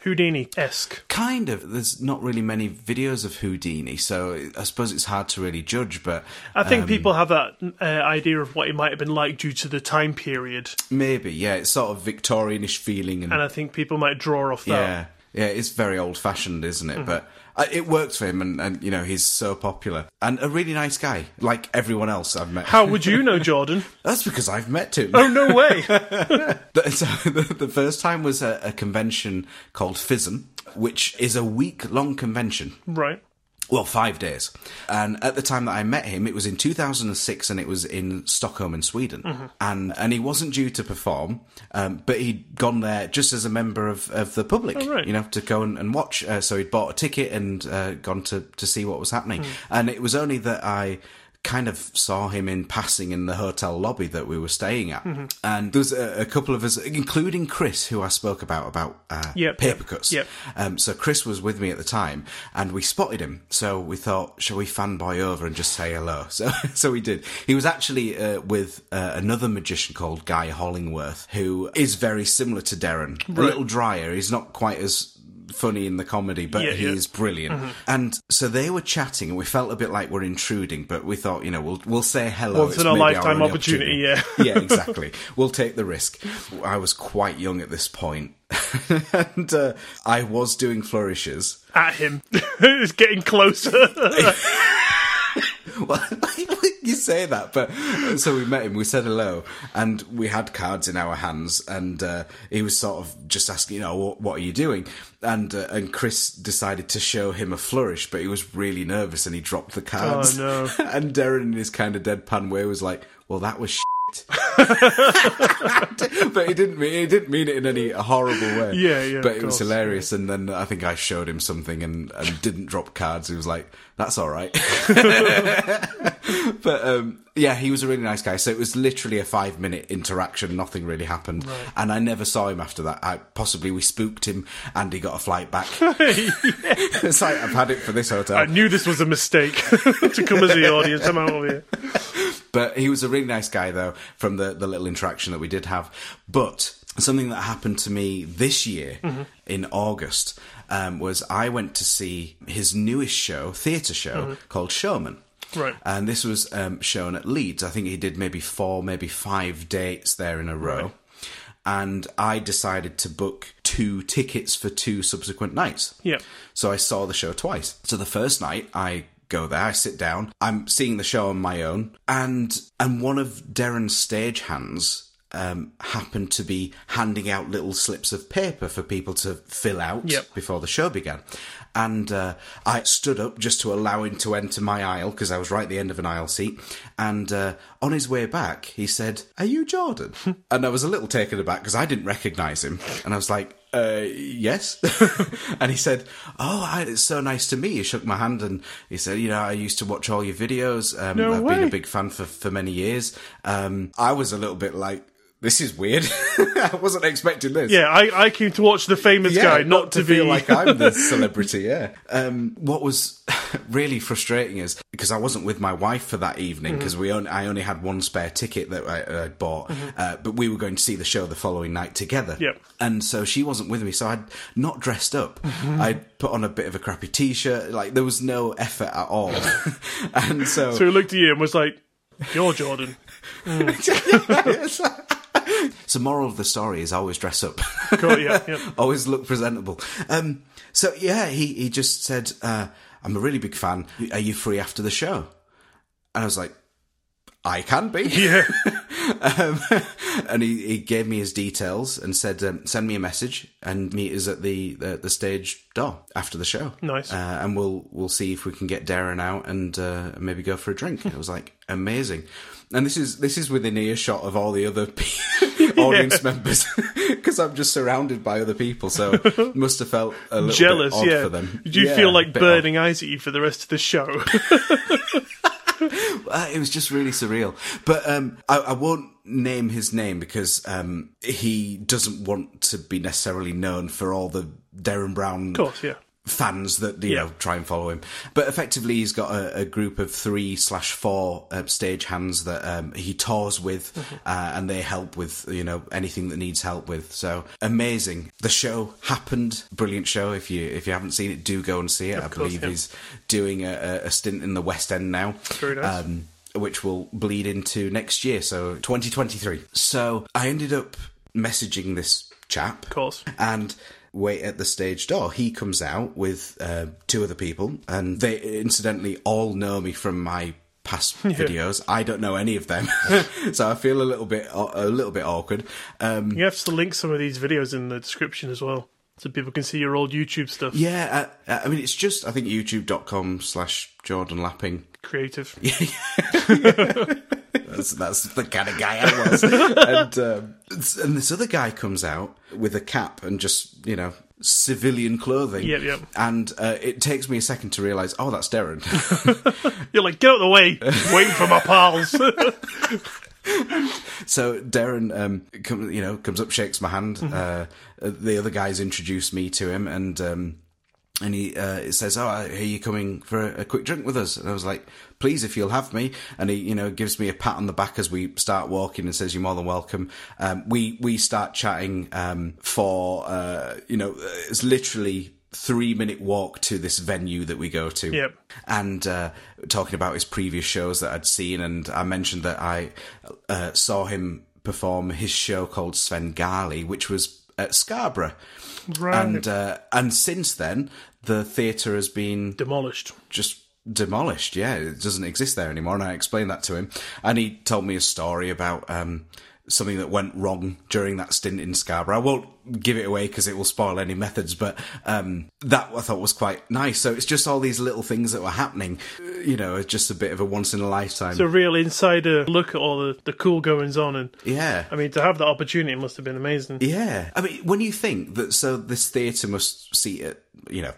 Speaker 1: Houdini esque.
Speaker 2: Kind of. There's not really many videos of Houdini, so I suppose it's hard to really judge. But
Speaker 1: I think people have that uh, idea of what he might have been like due to the time period,
Speaker 2: maybe, yeah, it's sort of Victorianish feeling
Speaker 1: and uh, I think people might draw off that.
Speaker 2: Yeah, yeah, it's very old fashioned, isn't
Speaker 1: Mm-hmm.
Speaker 2: it? But uh, it works for him, and, and you know he's so popular and a really nice guy, like everyone else I've met.
Speaker 1: How would you know, Jordan?
Speaker 2: That's because I've met him.
Speaker 1: Oh no way!
Speaker 2: The- so the, the first time was at a convention called FISM, which is a week long convention.
Speaker 1: right.
Speaker 2: Well, five days. And at the time that I met him, it was in 2006 and it was in Stockholm in Sweden.
Speaker 1: Mm-hmm.
Speaker 2: And and he wasn't due to perform, um, but he'd gone there just as a member of, of the public,
Speaker 1: Oh, right.
Speaker 2: you know, to go and, and watch. Uh, so he'd bought a ticket and uh, gone to, to see what was happening.
Speaker 1: Hmm.
Speaker 2: And it was only that I kind of saw him in passing in the hotel lobby that we were staying at.
Speaker 1: Mm-hmm.
Speaker 2: And there's a, a couple of us, including Chris, who I spoke about, about uh,
Speaker 1: Yep.
Speaker 2: paper cuts.
Speaker 1: Yep.
Speaker 2: Um, so Chris was with me at the time, and we spotted him. So we thought, shall we fanboy over and just say hello? So, so we did. He was actually uh, with uh, another magician called Guy Hollingworth, who is very similar to Darren. A little drier. He's not quite as funny in the comedy, but
Speaker 1: Yeah, Mm-hmm.
Speaker 2: he
Speaker 1: yeah.
Speaker 2: is brilliant. And so they were chatting, and we felt a bit like we're intruding, but we thought, you know, we'll we'll say hello.
Speaker 1: Once in a
Speaker 2: maybe our
Speaker 1: lifetime
Speaker 2: only
Speaker 1: opportunity,
Speaker 2: yeah, exactly. We'll take the risk. I was quite young at this point, and uh, I was doing flourishes.
Speaker 1: At him, it's getting closer.
Speaker 2: Well, you say that, but so we met him. We said hello, and we had cards in our hands, and uh, he was sort of just asking, you know, what, what are you doing? And uh, and Chris decided to show him a flourish, but he was really nervous, and he dropped the cards.
Speaker 1: Oh, no.
Speaker 2: and Darren, in his kind of deadpan way, was like, "Well, that was." Shit. but he didn't mean he didn't mean it in any horrible way.
Speaker 1: Yeah, yeah,
Speaker 2: But
Speaker 1: of
Speaker 2: it was
Speaker 1: course.
Speaker 2: hilarious, and then I think I showed him something and, and didn't drop cards. He was like, "That's all right." but um, yeah, he was a really nice guy. So it was literally a five minute interaction. Nothing really happened, and I never saw him after that. I possibly we spooked him, and he got a flight back. it's like I've had it for this hotel.
Speaker 1: I knew this was a mistake to come as the audience. I'm out of here.
Speaker 2: But he was a really nice guy, though, from the, the little interaction that we did have. But something that happened to me this year in August um, was I went to see his newest show, theatre show, called Showman.
Speaker 1: Right.
Speaker 2: And this was um, shown at Leeds. I think he did maybe four, maybe five dates there in a row. And I decided to book two tickets for two subsequent nights.
Speaker 1: Yeah.
Speaker 2: So I saw the show twice. So the first night I go there, I sit down, I'm seeing the show on my own, and and one of Darren's stagehands um, happened to be handing out little slips of paper for people to fill out
Speaker 1: Yep.
Speaker 2: before the show began. And uh, I stood up just to allow him to enter my aisle because I was right at the end of an aisle seat. And uh, on his way back, he said, Are you Jordan? and I was a little taken aback because I didn't recognize him. And I was like, uh, yes. and he said, Oh, I, it's so nice to meet you. He shook my hand and he said, You know, I used to watch all your videos. Um,
Speaker 1: No
Speaker 2: I've been
Speaker 1: way.
Speaker 2: a big fan for, for many years. Um, I was a little bit like, This is weird. I wasn't expecting this.
Speaker 1: Yeah, I, I came to watch the famous
Speaker 2: Yeah,
Speaker 1: guy, not, to, be
Speaker 2: feel like I'm the celebrity. Yeah. Um, what was really frustrating is because I wasn't with my wife for that evening
Speaker 1: Mm-hmm.
Speaker 2: because we only, I only had one spare ticket that I, I bought, uh, but we were going to see the show the following night together.
Speaker 1: Mm-hmm. Yep.
Speaker 2: And so she wasn't with me, so I'd not dressed up.
Speaker 1: Mm-hmm.
Speaker 2: I'd put on a bit of a crappy t-shirt. Like there was no effort at all, and so
Speaker 1: So he looked at you and was like, "You're Jordan."
Speaker 2: Yes. so moral of the story is always dress up
Speaker 1: Cool, yeah, yeah.
Speaker 2: always look presentable um so yeah he he just said uh i'm a really big fan are you free after the show and i was like i can be
Speaker 1: Yeah.
Speaker 2: um, and he, he gave me his details and said um, send me a message and meet us at the the, the stage door after the show
Speaker 1: Nice.
Speaker 2: uh, and we'll we'll see if we can get Darren out and uh, maybe go for a drink. it was like amazing, and this is this is within earshot of all the other pe- audience members because I'm just surrounded by other people, so must have felt a little
Speaker 1: Jealous,
Speaker 2: bit odd
Speaker 1: yeah.
Speaker 2: for them.
Speaker 1: Did you
Speaker 2: Yeah,
Speaker 1: feel like
Speaker 2: bit odd.
Speaker 1: burning eyes at you for the rest of the show?
Speaker 2: Uh, it was just really surreal. But um, I, I won't name his name because um, he doesn't want to be necessarily known for all the Darren Brown
Speaker 1: of course, yeah.
Speaker 2: fans that you
Speaker 1: Yeah.
Speaker 2: know try and follow him. But effectively, he's got a, a group of three slash four uh, stage hands that um, he tours with,
Speaker 1: Mm-hmm.
Speaker 2: uh, and they help with you know anything that needs help with. So amazing! The show happened, brilliant show. If you if you haven't seen it, do go and see it. I
Speaker 1: course,
Speaker 2: believe
Speaker 1: yeah.
Speaker 2: he's doing a, a- a stint in the West End now.
Speaker 1: Very nice.
Speaker 2: Um, which will bleed into next year, so 2023. So I ended up messaging this chap
Speaker 1: Of course.
Speaker 2: and wait at the stage door. He comes out with uh, two other people, and they incidentally all know me from my past videos. I don't know any of them, so I feel a little bit a little bit awkward. Um,
Speaker 1: You have to link some of these videos in the description as well, so people can see your old YouTube stuff.
Speaker 2: yeah, uh, I, I mean, it's just I think YouTube.com slash Jordan Lapping.
Speaker 1: Creative.
Speaker 2: That's, that's the kind of guy I was. and, um, and this other guy comes out with a cap and just, you know, civilian clothing.
Speaker 1: Yep, yep.
Speaker 2: And uh, it takes me a second to realise, oh, that's Darren.
Speaker 1: You're like, get out of the way. Waiting for my pals.
Speaker 2: So Darren, um, come, you know, comes up, shakes my hand.
Speaker 1: Mm-hmm.
Speaker 2: Uh, the other guys introduce me to him, and um, and he uh, says, "Oh, I hear you coming for a, a quick drink with us." And I was like, "Please, if you'll have me." And he, you know, gives me a pat on the back as we start walking, and says, "You're more than welcome." Um, we we start chatting um, for uh, you know, it's literally. Three minute walk to this venue that we go to
Speaker 1: Yep.
Speaker 2: and uh, talking about his previous shows that I'd seen, and I mentioned that I uh, saw him perform his show called Svengali, which was at Scarborough,
Speaker 1: Right.
Speaker 2: and uh, and since then the theatre has been
Speaker 1: Demolished.
Speaker 2: just demolished. Yeah, it doesn't exist there anymore. And I explained that to him, and he told me a story about um, something that went wrong during that stint in Scarborough. I won't give it away because it will spoil any methods, but um, that I thought was quite nice. So it's just all these little things that were happening. uh, You know, just a bit of a once in a lifetime.
Speaker 1: It's a real insider look at all the, the cool goings on. And
Speaker 2: yeah.
Speaker 1: I mean, to have that opportunity must have been amazing.
Speaker 2: Yeah, I mean, when you think that, so this theatre must seat at you know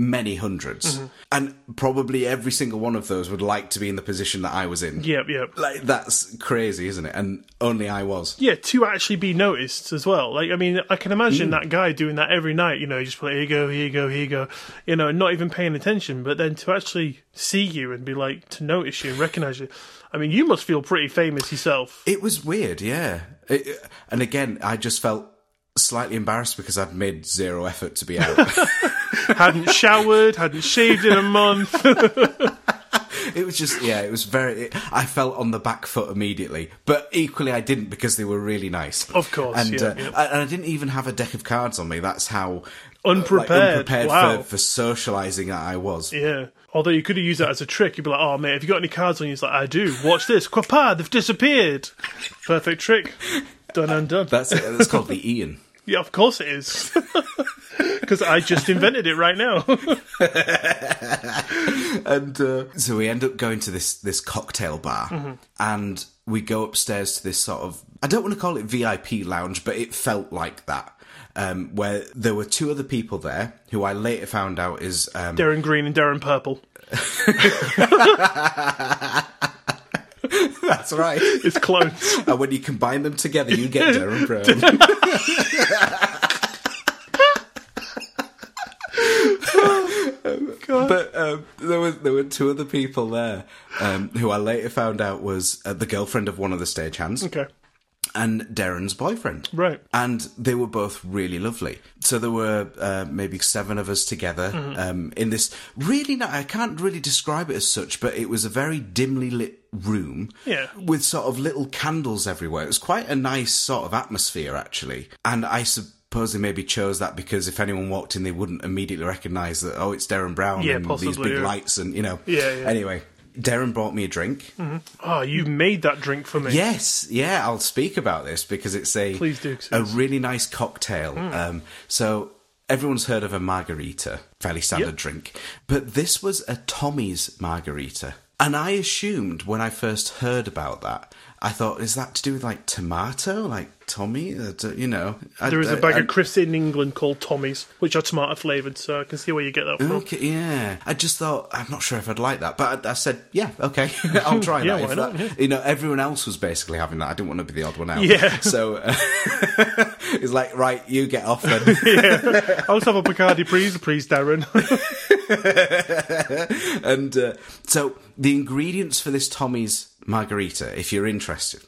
Speaker 2: many 100s and probably every single one of those would like to be in the position that I was in.
Speaker 1: Yep, yep.
Speaker 2: Like that's crazy, isn't it? And only I was.
Speaker 1: Yeah, to actually be noticed as well. Like, I mean, I can imagine that guy doing that every night. You know, just like, here you go, here you go, here you go. You know, and not even paying attention. But then to actually see you and be like, to notice you and recognize you. I mean, you must feel pretty famous yourself.
Speaker 2: It was weird, yeah. It- it- and again, I just felt slightly embarrassed because I'd made zero effort to be out.
Speaker 1: hadn't showered, hadn't shaved in a month.
Speaker 2: it was just, yeah, it was very. It, I felt on the back foot immediately, but equally I didn't because they were really nice.
Speaker 1: Of course,
Speaker 2: and
Speaker 1: yeah,
Speaker 2: uh,
Speaker 1: yeah.
Speaker 2: I, and I didn't even have a deck of cards on me. That's how uh,
Speaker 1: Unprepared,
Speaker 2: unprepared
Speaker 1: wow.
Speaker 2: for, for socialising that I was.
Speaker 1: yeah. Although you could have used that as a trick. You'd be like, oh, mate, have you got any cards on you? It's like, I do. Watch this. Quapa, they've disappeared. Perfect trick. Done and done.
Speaker 2: That's it. That's called the Ian.
Speaker 1: Yeah, of course it is. Because I just invented it right now.
Speaker 2: and uh, so we end up going to this this cocktail bar,
Speaker 1: Mm-hmm.
Speaker 2: and we go upstairs to this sort of I don't want to call it VIP lounge, but it felt like that. Um, where there were two other people there who I later found out is um,
Speaker 1: Darren Green and Darren Purple.
Speaker 2: that's right.
Speaker 1: It's clones.
Speaker 2: and when you combine them together, you get Darren Brown. But um, there was there were two other people there um, who I later found out was uh, the girlfriend of one of the stagehands
Speaker 1: okay.
Speaker 2: and Darren's boyfriend.
Speaker 1: Right.
Speaker 2: And they were both really lovely. So there were uh, maybe seven of us together
Speaker 1: Mm-hmm.
Speaker 2: um, in this really, ni- I can't really describe it as such, but it was a very dimly lit room
Speaker 1: Yeah.
Speaker 2: with sort of little candles everywhere. It was quite a nice sort of atmosphere, actually. And I suppose they maybe chose that because if anyone walked in, they wouldn't immediately recognise that, oh, it's Darren Brown
Speaker 1: Yeah,
Speaker 2: and these
Speaker 1: possibly,
Speaker 2: big
Speaker 1: yeah.
Speaker 2: lights and, you know.
Speaker 1: Yeah, yeah.
Speaker 2: Anyway, Darren brought me a drink.
Speaker 1: Oh, you made that drink for me.
Speaker 2: Yes, yeah, I'll speak about this because it's a
Speaker 1: Please do, 'cause
Speaker 2: a
Speaker 1: it's- Hmm.
Speaker 2: really nice cocktail. Um, so everyone's heard of a margarita, fairly standard
Speaker 1: Yep.
Speaker 2: drink, but this was a Tommy's margarita, and I assumed when I first heard about that, I thought, is that to do with like tomato, like Tommy, Uh, do- you know? I-
Speaker 1: There is a
Speaker 2: I-
Speaker 1: bag
Speaker 2: I-
Speaker 1: of crisps in England called Tommy's, which are tomato flavoured, so I can see where you get that from.
Speaker 2: Okay, yeah. I just thought I'm not sure if I'd like that, but I, I said, yeah, okay, I'll try
Speaker 1: Yeah,
Speaker 2: that.
Speaker 1: why
Speaker 2: If
Speaker 1: not?
Speaker 2: that- You know, everyone else was basically having that. I didn't want to be the odd one out.
Speaker 1: Yeah.
Speaker 2: So uh, it's like, right, you get off then.
Speaker 1: I'll just have a Bacardi please, please, Darren.
Speaker 2: and uh, so the ingredients for this Tommy's margarita, if you're interested,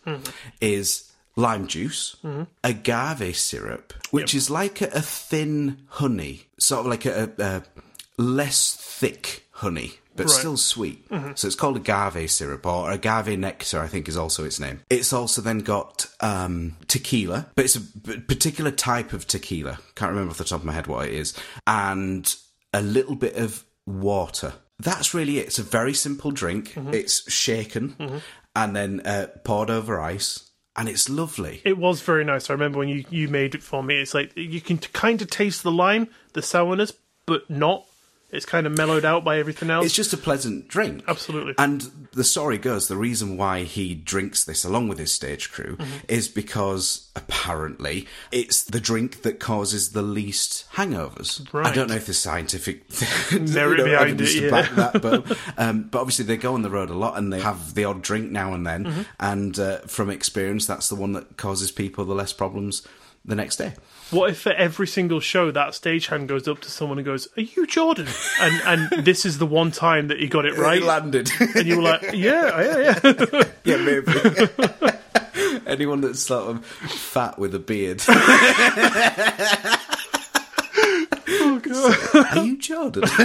Speaker 2: is lime juice, agave syrup, which is like a, a thin honey, sort of like a, a less thick honey. But
Speaker 1: Right.
Speaker 2: still sweet. So it's called agave syrup or agave nectar, I think is also its name. It's also then got um, tequila, but it's a p- particular type of tequila. Can't remember off the top of my head what it is. And a little bit of water. That's really it. It's a very simple drink. It's shaken and then uh, poured over ice, and it's lovely.
Speaker 1: it was very nice. I remember when you, you made it for me. It's like you can kind of taste the lime, the sourness, but not. It's kind of mellowed out by everything else.
Speaker 2: It's just a pleasant drink.
Speaker 1: Absolutely.
Speaker 2: And the story goes the reason why he drinks this along with his stage crew
Speaker 1: Mm-hmm.
Speaker 2: is because apparently it's the drink that causes the least hangovers. I
Speaker 1: Right.
Speaker 2: don't know if there's scientific
Speaker 1: Merit
Speaker 2: you know,
Speaker 1: behind
Speaker 2: evidence
Speaker 1: it,
Speaker 2: to
Speaker 1: yeah.
Speaker 2: back that, but, um, but obviously they go on the road a lot and they have the odd drink now and then.
Speaker 1: Mm-hmm.
Speaker 2: And uh, from experience, that's the one that causes people the less problems the next day.
Speaker 1: What if for every single show that stagehand goes up to someone and goes, "Are you Jordan?" and and this is the one time that he got it
Speaker 2: It
Speaker 1: right,
Speaker 2: landed.
Speaker 1: and you were like, "Yeah, yeah, yeah."
Speaker 2: Yeah, maybe. Anyone that's sort of fat with a beard. Oh, Are you Jordan?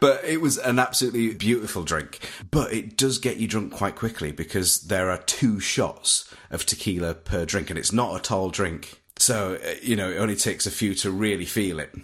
Speaker 2: but it was an absolutely beautiful drink. But it does get you drunk quite quickly because there are two shots of tequila per drink, and it's not a tall drink. So, uh, you know, it only takes a few to really feel it.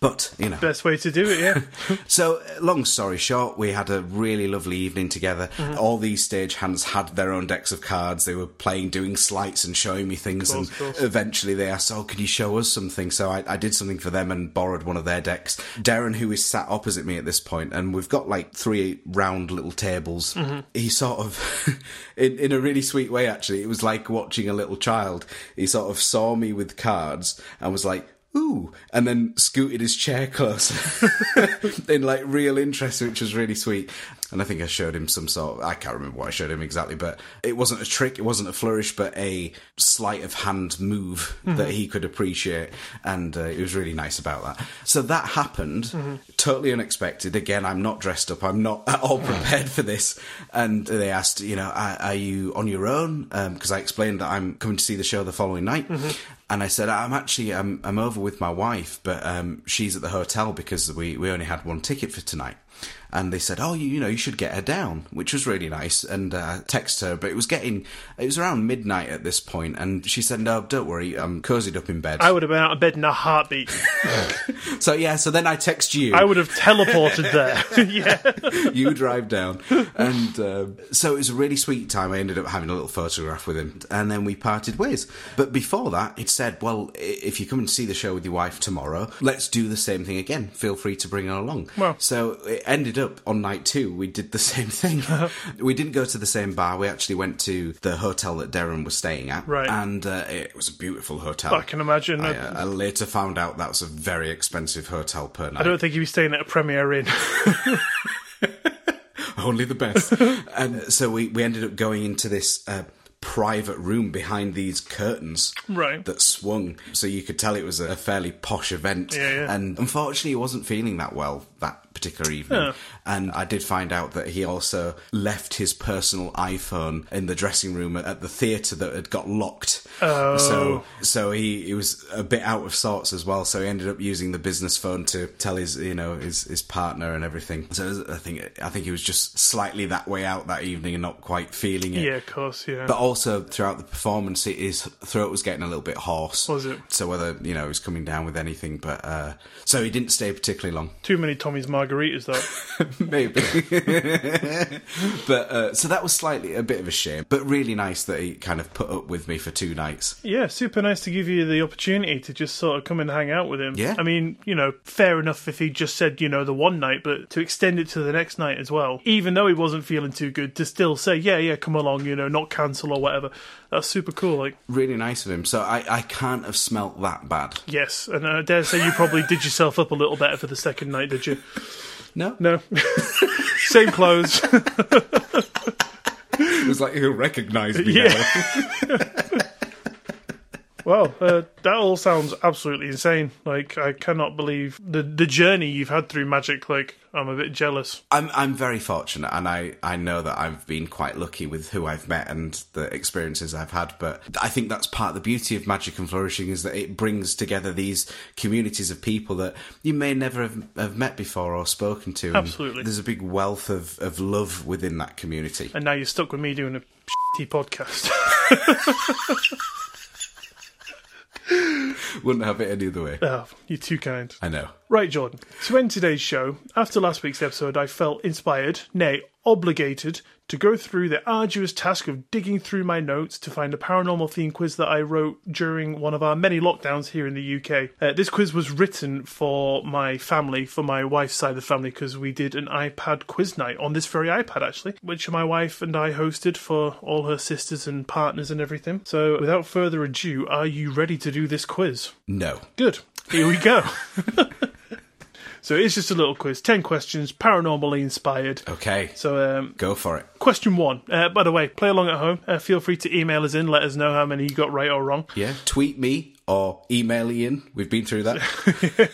Speaker 2: But, you know.
Speaker 1: Best way to do it, yeah.
Speaker 2: So, uh, long story short, we had a really lovely evening together.
Speaker 1: Mm-hmm.
Speaker 2: All these stagehands had their own decks of cards. They were playing, doing slights, and showing me things. and
Speaker 1: course.
Speaker 2: eventually, they asked, "Oh, can you show us something?" So I, I did something for them and borrowed one of their decks. Darren, who is sat opposite me at this point, and we've got like three round little tables.
Speaker 1: Mm-hmm.
Speaker 2: He sort of, in in a really sweet way, actually, it was like watching a little child. He sort of saw me with cards and was like ooh, and then scooted his chair closer in like real interest, which was really sweet. And I think I showed him some sort of, I can't remember what I showed him exactly, but it wasn't a trick, it wasn't a flourish, but a sleight of hand move that he could appreciate. And uh, it was really nice about that. So that happened, totally unexpected. Again, I'm not dressed up, I'm not at all prepared for this. And they asked, you know, are, are you on your own? Because I explained that I'm coming to see the show the following night. And I said, I'm actually, I'm, I'm over with my wife, but um, she's at the hotel because we, we only had one ticket for tonight. And they said, oh, you, you know, you should get her down, which was really nice. And uh, text her, but it was getting, it was around midnight at this point, And she said, no, don't worry, I'm cozied up in bed.
Speaker 1: I would have been out of bed in a heartbeat.
Speaker 2: So yeah, so then I text you.
Speaker 1: I would have teleported there. yeah.
Speaker 2: you drive down, and um, so it was a really sweet time. I ended up having a little photograph with him, and then we parted ways. But before that, he'd said, "Well, i- if you come and see the show with your wife tomorrow, let's do the same thing again. Feel free to bring her along."
Speaker 1: Wow.
Speaker 2: So it ended up on night two. We did the same thing. we didn't go to the same bar. We actually went to the hotel that Darren was staying at,
Speaker 1: Right.
Speaker 2: And uh, it was a beautiful hotel.
Speaker 1: I can imagine.
Speaker 2: I,
Speaker 1: I,
Speaker 2: uh, I later found out that was a very expensive hotel per night.
Speaker 1: don't think he'd be staying at a Premier Inn.
Speaker 2: Only the best. and so we, we ended up going into this uh, private room behind these curtains
Speaker 1: Right.
Speaker 2: that swung. So you could tell it was a fairly posh event.
Speaker 1: Yeah, yeah.
Speaker 2: And unfortunately, he wasn't feeling that well that particular evening. And I did find out that he also left his personal iPhone in the dressing room at, at the theatre that had got locked. Oh. So, so he, he was a bit out of sorts as well. So he ended up using the business phone to tell his, you know, his, his partner and everything. So I think, I think he was just slightly that way out that evening and not quite feeling it.
Speaker 1: yeah, of course. Yeah.
Speaker 2: But also throughout the performance, it- his throat was getting a little bit hoarse.
Speaker 1: Was it?
Speaker 2: So whether you know he was coming down with anything, but uh, so he didn't stay particularly long.
Speaker 1: Too many Tommy's margaritas, though.
Speaker 2: Maybe. but uh, so that was slightly a bit of a shame, but really nice that he kind of put up with me for two nights.
Speaker 1: Yeah, super nice to give you the opportunity to just sort of come and hang out with him.
Speaker 2: Yeah.
Speaker 1: I mean, you know, fair enough if he just said, you know, the one night, but to extend it to the next night as well, even though he wasn't feeling too good, to still say, yeah, yeah, come along, you know, not cancel or whatever. That's super cool. Like,
Speaker 2: Really nice of him. So I, I can't have smelt that bad.
Speaker 1: yes. And I dare say you probably did yourself up a little better for the second night, did you?
Speaker 2: No,
Speaker 1: No. Same clothes.
Speaker 2: it was like he'll recognise me.
Speaker 1: Yeah.
Speaker 2: now.
Speaker 1: Well, uh, that all sounds absolutely insane. Like, I cannot believe the the journey you've had through magic. Like, I'm a bit jealous.
Speaker 2: I'm I'm very fortunate, and I, I know that I've been quite lucky with who I've met and the experiences I've had. But I think that's part of the beauty of Magic and Flourishing is that it brings together these communities of people that you may never have, have met before or spoken to. and
Speaker 1: Absolutely.
Speaker 2: there's a big wealth of, of love within that community.
Speaker 1: and now you're stuck with me doing a shitty podcast.
Speaker 2: Wouldn't have it any other way.
Speaker 1: oh, you're too kind.
Speaker 2: I know.
Speaker 1: Right, Jordan. To end today's show, after last week's episode, I felt inspired, nay, obligated, to go through the arduous task of digging through my notes to find a paranormal theme quiz that I wrote during one of our many lockdowns here in the UK. Uh, this quiz was written for my family, for my wife's side of the family, because we did an iPad quiz night on this very iPad, actually, which my wife and I hosted for all her sisters and partners and everything. So, without further ado, are you ready to do this quiz?
Speaker 2: No.
Speaker 1: Good. Here we go. so it's just a little quiz. Ten questions, paranormally inspired.
Speaker 2: Okay.
Speaker 1: So, um,
Speaker 2: Go for it.
Speaker 1: question one. Uh, by the way, play along at home. Uh, feel free to email us in. Let us know how many you got right or wrong.
Speaker 2: Yeah. Tweet me or email Ian. We've been through that.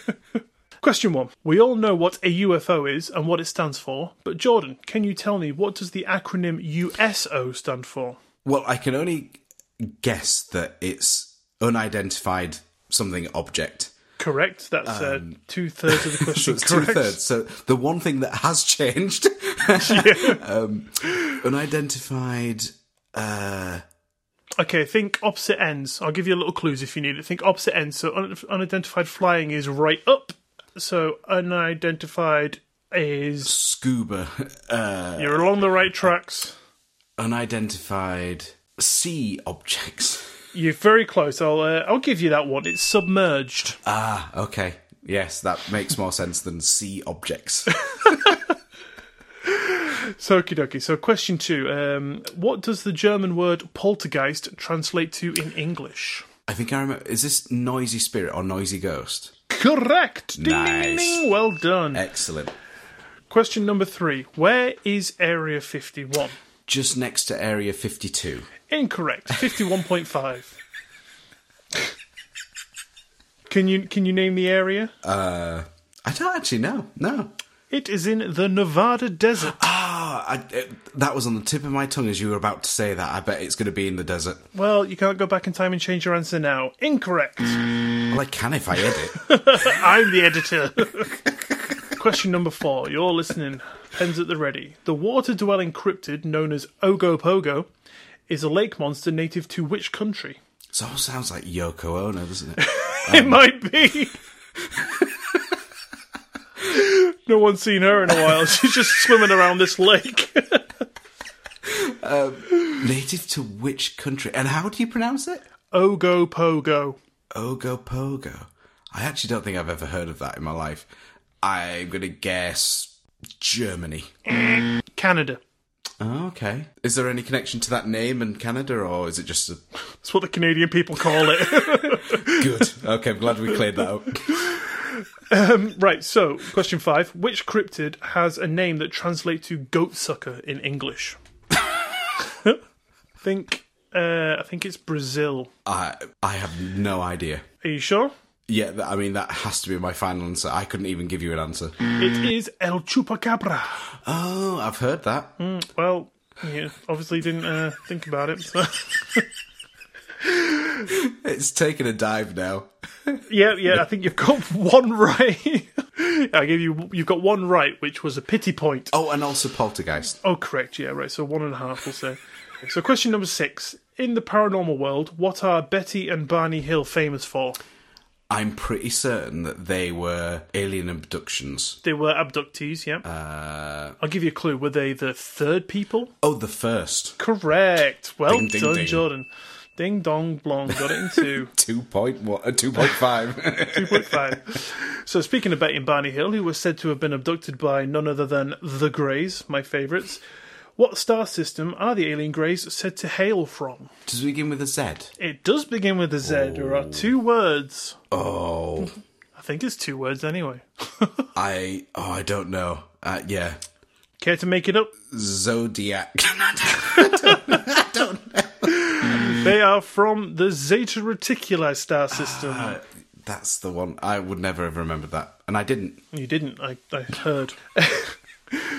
Speaker 1: Question one. We all know what a UFO is and what it stands for, but Jordan, can you tell me what does the acronym USO stand for?
Speaker 2: Well, I can only guess that it's unidentified something object.
Speaker 1: Correct. That's uh, two thirds of the
Speaker 2: Um, So
Speaker 1: question.
Speaker 2: it's two
Speaker 1: correct.
Speaker 2: thirds. So the one thing that has changed, um, unidentified. uh,
Speaker 1: Okay, think opposite ends. I'll give you a little clues if you need it. Think opposite ends. So un- unidentified flying is right up. So unidentified is
Speaker 2: Scuba, uh,
Speaker 1: you're along the right tracks.
Speaker 2: unidentified sea objects.
Speaker 1: You're very close. I'll uh, I'll give you that one. It's submerged.
Speaker 2: Ah, okay. Yes, that makes more sense than sea objects.
Speaker 1: So dokie. So question two. Um, what does the German word poltergeist translate to in English?
Speaker 2: I think I remember. Is this noisy spirit or noisy ghost?
Speaker 1: Correct. Ding ding
Speaker 2: Nice. Eh.
Speaker 1: ding. Well done.
Speaker 2: Excellent.
Speaker 1: Question number three. Where is Area 51?
Speaker 2: Just next to Area 52.
Speaker 1: Incorrect. Fifty-one point five. Can you can you name the area?
Speaker 2: I don't actually know. No.
Speaker 1: It is in the Nevada desert.
Speaker 2: Ah, I, it- that was on the tip of my tongue as you were about to say that. I bet it's going to be in the desert.
Speaker 1: Well, you can't go back in time and change your answer now. Incorrect.
Speaker 2: Well, I can if I edit.
Speaker 1: I'm the editor. Question number four. You're listening. Pens at the ready. The water dwelling cryptid known as Ogopogo is a lake monster native to which country?
Speaker 2: so it sounds like Yoko Ono, doesn't it?
Speaker 1: it might be. No one's seen her in a while. She's just swimming around this lake.
Speaker 2: Native to which country? And how do you pronounce it?
Speaker 1: Ogo Pogo.
Speaker 2: Ogopogo. I actually don't think I've ever heard of that in my life. I'm going to guess Germany.
Speaker 1: Canada.
Speaker 2: Oh, okay. Is there any connection to that name and Canada, or is it just a.
Speaker 1: That's what the Canadian people call it.
Speaker 2: Good. okay, I'm glad we cleared that up.
Speaker 1: right, so question five. Which cryptid has a name that translates to goat sucker in English? think uh, I think it's Brazil.
Speaker 2: I, I have no idea.
Speaker 1: Are you sure?
Speaker 2: Yeah, that, I mean, that has to be my final answer. I couldn't even give you an answer.
Speaker 1: It is El Chupacabra.
Speaker 2: Oh, I've heard that.
Speaker 1: Well, yeah, obviously didn't uh, think about it. so-
Speaker 2: It's taken a dive now.
Speaker 1: yeah, yeah, I think you've got one right. I gave you you've got one right, which was a pity point.
Speaker 2: Oh, and also Poltergeist.
Speaker 1: Oh, correct. Yeah, right. So one and a half, we'll say. So, question number six. In the paranormal world, what are Betty and Barney Hill famous for?
Speaker 2: I'm pretty certain that they were alien abductions.
Speaker 1: They were abductees, yeah.
Speaker 2: Uh,
Speaker 1: I'll give you a clue. Were they the third people?
Speaker 2: oh, the first.
Speaker 1: Correct. Well
Speaker 2: Ding, ding,
Speaker 1: done,
Speaker 2: ding.
Speaker 1: Jordan. Ding dong blong. Got it in two.
Speaker 2: 2.1, uh, 2.5.
Speaker 1: 2.5. So, speaking of Betty and Barney Hill, who were said to have been abducted by none other than the Greys, my favourites, what star system are the alien Greys said to hail from?
Speaker 2: Does it begin with a Z?
Speaker 1: It does begin with a Z. There are two words.
Speaker 2: Oh,
Speaker 1: I think it's two words anyway.
Speaker 2: I, oh, I don't know. Uh, yeah.
Speaker 1: Care to make it up?
Speaker 2: Zodiac.
Speaker 1: They are from the Zeta Reticuli star system.
Speaker 2: That's the one. I would never have remembered that. And I didn't.
Speaker 1: you didn't, I, I heard.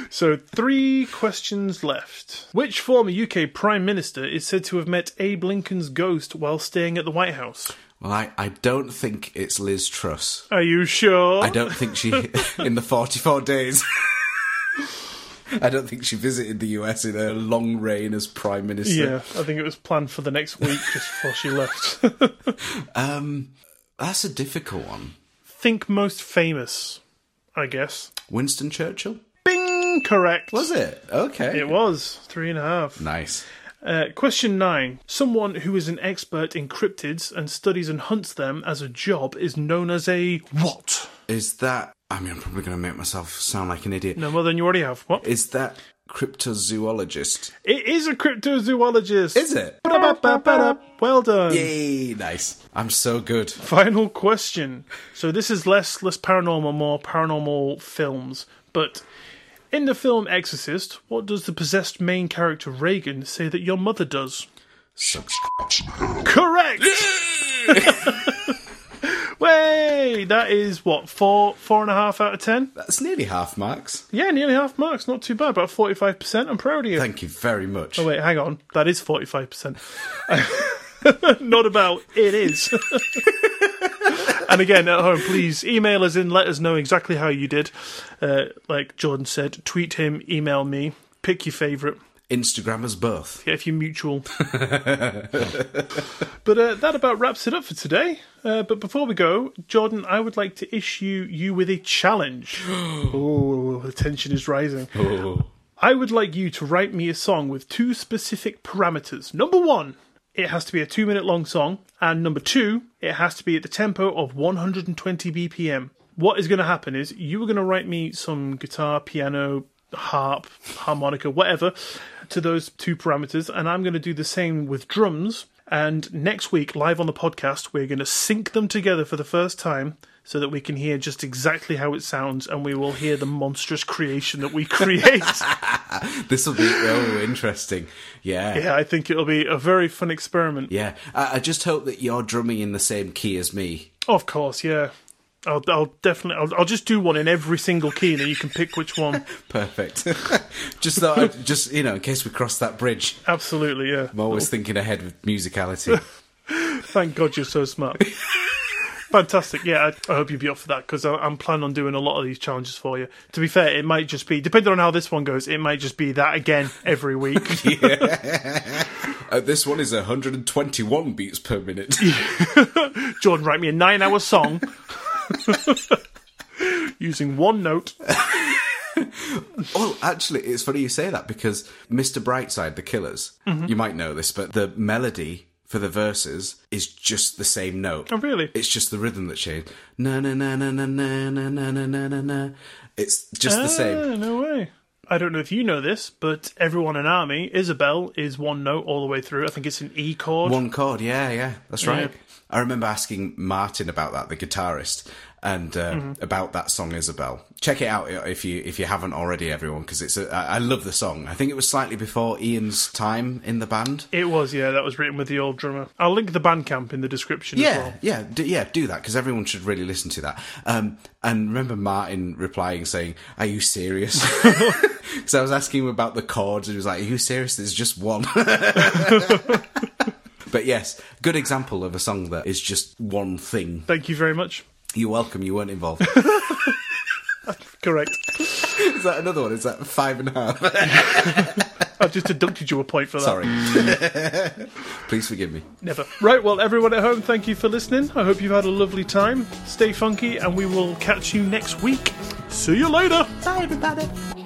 Speaker 1: so, three questions left. Which former UK Prime Minister is said to have met Abe Lincoln's ghost while staying at the White House?
Speaker 2: Well, I, I don't think it's Liz Truss.
Speaker 1: Are you sure?
Speaker 2: I don't think she, in the 44 days. I don't think she visited the US in her long reign as Prime Minister.
Speaker 1: yeah, I think it was planned for the next week just before she left.
Speaker 2: Um, that's a difficult one.
Speaker 1: Think most famous, I guess.
Speaker 2: Winston Churchill?
Speaker 1: Bing! Correct.
Speaker 2: Was it? Okay.
Speaker 1: It was. Three and a half.
Speaker 2: Nice.
Speaker 1: Uh, question nine. Someone who is an expert in cryptids and studies and hunts them as a job is known as a what?
Speaker 2: Is that. I mean, I'm probably going to make myself sound like an idiot.
Speaker 1: No more than you already have. What?
Speaker 2: Is that cryptozoologist?
Speaker 1: It is a cryptozoologist.
Speaker 2: Is it?
Speaker 1: Ba-da-ba-ba-ba-da. Well done.
Speaker 2: Yay, nice. I'm so good.
Speaker 1: Final question. So this is less less paranormal, more paranormal films. But in the film Exorcist, what does the possessed main character Reagan say that your mother does? Correct. Way! That is what four four and a half out of ten.
Speaker 2: That's nearly half marks.
Speaker 1: Yeah, nearly half marks. Not too bad. About forty five percent. I'm proud of you.
Speaker 2: Thank you very much.
Speaker 1: Oh, Wait, hang on. That is forty five percent. Not about. It is. and again, at home, please email us in. Let us know exactly how you did. Uh, like Jordan said, tweet him, email me, pick your favourite.
Speaker 2: Instagram as both.
Speaker 1: Yeah, if you're mutual. but uh, that about wraps it up for today. Uh, but before we go, Jordan, I would like to issue you with a challenge. oh, the tension is rising.
Speaker 2: Oh.
Speaker 1: I would like you to write me a song with two specific parameters. Number one, it has to be a two minute long song. And number two, it has to be at the tempo of 120 BPM. What is going to happen is you are going to write me some guitar, piano, harp, harmonica, whatever, to those two parameters. And I'm going to do the same with drums. And next week, live on the podcast, we're going to sync them together for the first time so that we can hear just exactly how it sounds and we will hear the monstrous creation that we create.
Speaker 2: This will be oh interesting. Yeah. Yeah.
Speaker 1: Yeah, I think it'll be a very fun experiment.
Speaker 2: I, I just hope that you're drumming in the same key as me.
Speaker 1: Of course, yeah. I'll, I'll definitely, I'll, I'll just do one in every single key, and then you can pick which one.
Speaker 2: Perfect. just thought, i just you know, in case we cross that bridge,
Speaker 1: Absolutely, yeah.
Speaker 2: I'm always thinking ahead with musicality.
Speaker 1: Thank God you're so smart. Fantastic. Yeah, I, I hope you'd be up for that because I'm planning on doing a lot of these challenges for you. To be fair, it might just be, depending on how this one goes, it might just be that again every week.
Speaker 2: uh, this one is 121 beats per minute.
Speaker 1: Jordan, write me a nine hour song using one note.
Speaker 2: well, Oh, actually, it's funny you say that because Mr. Brightside, the Killers, you might know this, but the melody for the verses is just the same note.
Speaker 1: Oh, really?
Speaker 2: It's just the rhythm that changed. Na na na na na na na na na na na na. It's just the same.
Speaker 1: Ah, no way. I don't know if you know this, but everyone in Army, Isabel is one note all the way through. I think it's an E chord.
Speaker 2: One chord, yeah, yeah, that's right.
Speaker 1: Yeah.
Speaker 2: I remember asking Martin about that, the guitarist, and uh,
Speaker 1: Mm-hmm.
Speaker 2: about that song Isabel. Check it out if you if you haven't already, everyone, because it's a, I I love the song. I think it was slightly before Ian's time in the band.
Speaker 1: It was, yeah, that was written with the old drummer. I'll link the Bandcamp in the description as
Speaker 2: Yeah,
Speaker 1: well.
Speaker 2: yeah, do, yeah. Do that because everyone should really listen to that. Um, and remember Martin replying saying, "Are you serious?" Because I was asking him about the chords, and he was like, "Are you serious? There's just one." but yes, good example of a song that is just one thing.
Speaker 1: Thank you very much.
Speaker 2: You're welcome. You weren't involved.
Speaker 1: Correct.
Speaker 2: is that another one? Is that five and a half?
Speaker 1: I've just deducted you a point for that.
Speaker 2: Sorry. Please forgive me.
Speaker 1: Never. Right, well, everyone at home, thank you for listening. I hope you've had a lovely time. Stay funky, and we will catch you next week. See you later.
Speaker 2: Bye, everybody.